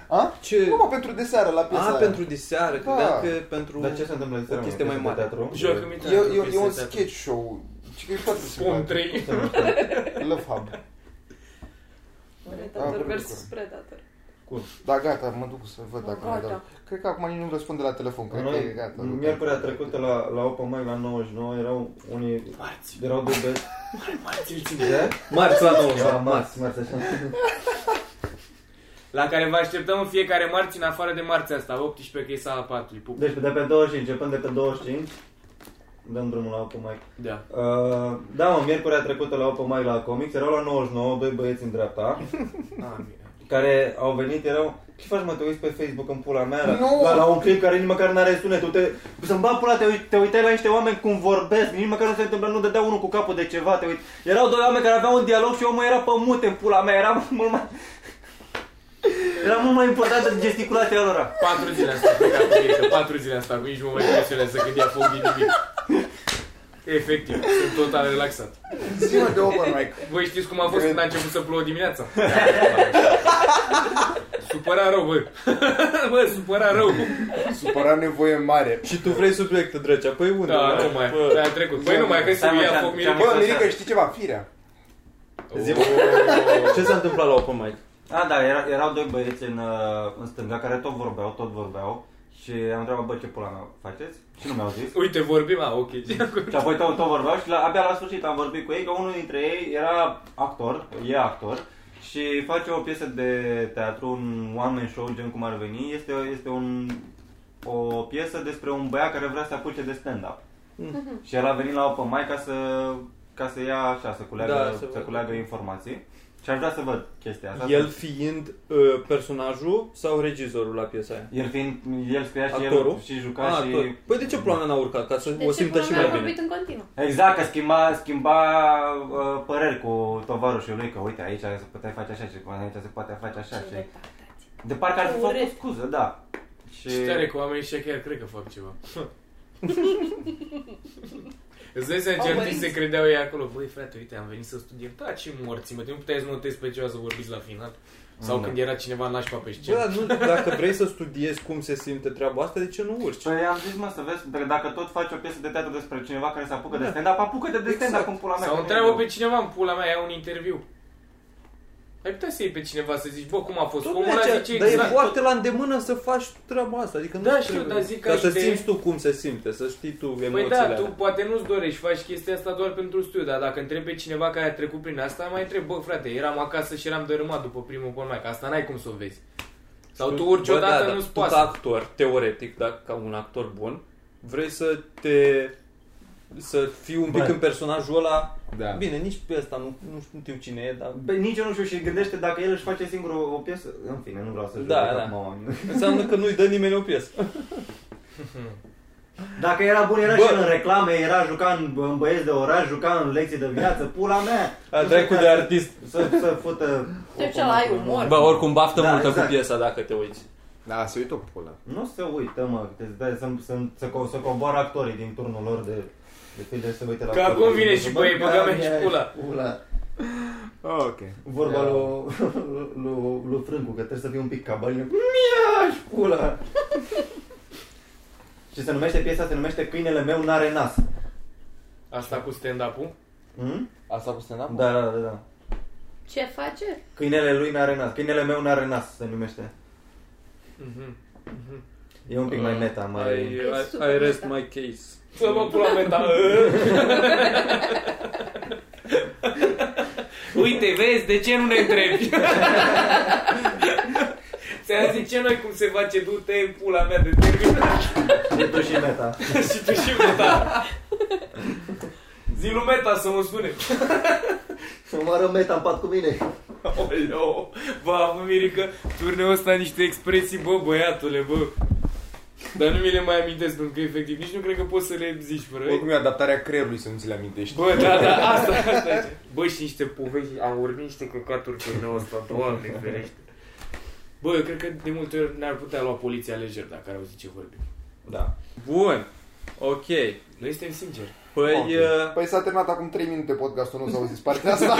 A? Ce? Nu, mă, pentru de seară, la piesa A, aia. pentru diseară, Da. credeam că pentru... Dar ce se întâmplă în seara, mă, chestie mai piesă de mare. Teatru? Joacă mitran. E, e, e un sketch show. Ce că e foarte Pom simpatic. 3. Love Hub. Predator Ah, versus bun. Predator. Da, gata, mă duc să văd dacă Gata. mă dau. Cred că acum nici nu răspunde la telefon, cred că e Noi, gata. miercurea trecută la, la Open Mic la 99 erau unii, Marți, erau doi băieți, marți, îl țin. Da? Marți la 9. Era marți, marți așa. La care vă așteptăm în fiecare marți, în afară de marți asta, 18 că e sala 4 pup. Deci de pe 25, începând de pe 25, dăm drumul la Open Mic. Da. Uh, da, mă, miercurea trecută la Open Mic la Comics, erau la 99, doi băieți în dreapta, care au venit, erau... Ce faci, mă, te uiți pe Facebook în pula mea? la- Nu! La, la un clip care nici măcar n-are sunet. Tu te... Să-mi bag pula, te, uit- te uitai la niște oameni cum vorbesc, nici măcar nu se întâmplă, nu dădea unul cu capul de ceva, te uiți. Erau doi oameni care aveau un dialog și omul era pe mute în pula mea, era mult mai... Era mult mai importantă gesticulația lor. 4 zile am stat pe capul ei, că 4 zile am stat cu ei și mă mai impresionează când ia foc din nimic. Efectiv, sunt total relaxat. Zi-mă de open mic. Voi știți cum a fost când a început să plouă dimineața? supăra rău, bă. bă, supăra rău. Supăra nevoie mare. Și tu vrei subiectul, drăgea, păi unde? Da, mă? nu mai, Bă. păi a trecut. Păi nu mai, că se Stai, mă, ia ce-am- foc ce-am- mine. Bă, Mirica, știi ceva? Firea. Ce s-a întâmplat la open mic? da, A, da, era, erau doi băieți în, uh, în stânga care tot vorbeau, tot vorbeau Și am întrebat, bă, ce pula mea faceți? Și nu mi-au zis. Uite, vorbim, a, ok. Și apoi tot, tot vorbeam și la, abia la sfârșit am vorbit cu ei, că unul dintre ei era actor, e actor și face o piesă de teatru, un one-man show, gen cum ar veni, este, este un, o piesă despre un băiat care vrea să se apuce de stand-up. Mhm. Și el a venit la open mic ca să, ca să ia așa, să culeagă, Da, să să, să văd. culeagă informații. Și aș vrea să văd chestia asta. El fiind uh, personajul sau regizorul la piesa aia? el fiind, el scria și Actorul? el și juca și... actor. Păi de ce planul n-a urcat? Ca să De o ce simtă până și Deci, mea mai a bine. vorbit în continuu? Exact, că schimba, schimba uh, păreri cu tovarășul lui, că uite, aici se putea face așa și aici se poate face așa Ce și... retardați. De parcă ar fi făcut Urât. scuză, da. Și... Și tare cu oamenii ăștia chiar cred că fac ceva. Îți dai seama ce Au artiști se părinți. credeau ei acolo. Băi, frate, uite, am venit să studiem. Da, ce morți, mă, nu puteai să notezi pe ceva să vorbiți la final. Sau Da. când era cineva nașpa pe Bă, scenă. dar nu, dacă vrei să studiezi cum se simte treaba asta, de ce nu urci? Păi am zis, mă, să vezi, dacă- dacă tot faci o piesă de teatru despre cineva care se apucă de Da. stand-up, apucă-te de stand-up Exact. în pula mea. Sau că nu e întreabă greu. pe cineva în pula mea, ia un interviu. Ai putea să iei pe cineva să zici, bă, cum a fost? Omul ăla zice dar e exact. foarte la îndemână să faci treaba asta. Adică nu Da, trebuie. știu, dar zic ca ca să idee- simți tu cum se simte, să știi tu emoțiile Păi da, tu alea. poate nu-ți dorești, faci chestia asta doar pentru studiu, dar dacă întrebi pe cineva care a trecut prin asta, mai întreb, bă frate, eram acasă și eram dărâmat după primul bon mai, că asta n-ai cum să o vezi. Sau tu urci Bă, odată, da, nu-ți tu pasă. ca actor, teoretic, da, ca un actor bun, vrei să te să fii un pic Bă. în personajul ăla. Da. Bine, nici pe asta nu, nu știu- nu știu cine e, dar Băi, nici eu nu știu și gândește dacă el își face singur o, o piesă. În fine, nu vreau să Da, judec da. acum oamenii. înseamnă că nu-i dă nimeni o piesă. Dacă era bun, era Bă. și el în reclame, era juca în, în băieți de oraș, juca în lecții de viață, pula mea. A Nu știu dracu ca de să- artist. Să, să fută... De ce ăla ai umor? Bă, oricum baftă Da, multă exact. cu piesa dacă te uiți. Da, se uită pula. Nu se uită, mă, te dai să, să, să, co- să coboară actorii din turnul lor de de filme să uite la Că actori. acum vine și Bă, băi, băga da, mea și ia, pula. pula. Ah, Ok. Vorba Da. lui, lui, lui Frâncu, că trebuie să fii un pic ca bălină. Mia și pula! și se numește piesa, se numește Câinele meu n-are nas. Asta cu stand-up-ul? Hmm? Asta cu stand Da, da, da, da. Ce face? Câinele lui n-are nas. Câinele meu n-are nas se numește. Mhm. E un pic mai meta, I, mai... E I, super I rest meta. my case. Să mă pula mea, da. Uite, vezi, de ce nu ne întrebi? Ți-am zis ce noi cum se face, du-te în pula mea de terminat. E tu și meta. și tu și meta. Zi lui meta să mă spune. Să moară meta în pat cu mine. Oleo, bă, am Mirica, turneul ăsta niște expresii, bă, băiatule, bă. Dar nu mi le mai amintesc, pentru că efectiv nici nu cred că poți să le zici fără. ei. Oricum e adaptarea creierului să nu ți le amintești. Bă, da, da, asta, asta e. Bă, și niște povești, am urmit niște căcaturi turneul ăsta, doamne ferește. Bă, eu cred că de multe ori ne-ar putea lua poliția lejer dacă ar auzi ce vorbim. Da. Bun. Ok. Noi suntem sinceri. Păi, Ok. uh, Păi s-a terminat acum 3 minute podcastul, nu s-a auzit partea asta.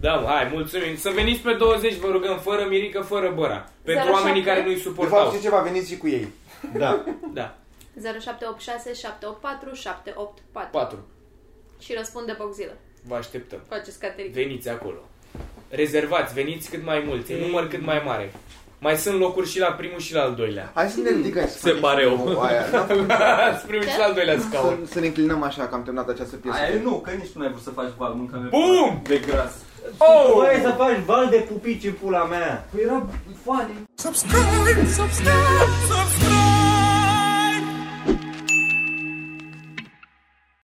Da, mă, hai, mulțumim. Să veniți pe 20, vă rugăm, fără mirică, fără băra. Pentru 07. oamenii care nu-i De fapt, suportau. știi ceva, veniți și cu ei. Da. Da, 0786 784 784 4. Și răspunde Boxzilla. Vă așteptăm. Faceți catering. Veniți acolo. Rezervați, veniți cât mai mulți, în număr cât mai mare. Mai sunt locuri și la primul și la al doilea. Hai să ne ridicăm și să Se facem pare și eu. nouă Aia. Da, Ați primul și la al doilea scaun. să, să, ne înclinăm așa că am terminat această piesă. Aia nu, că nici tu n-ai vrut să faci val, mânca mea. Bum! De gras. Oh! Băi, să faci val de pupici în pula mea. Păi era funny. subscribe, subscribe, subscribe.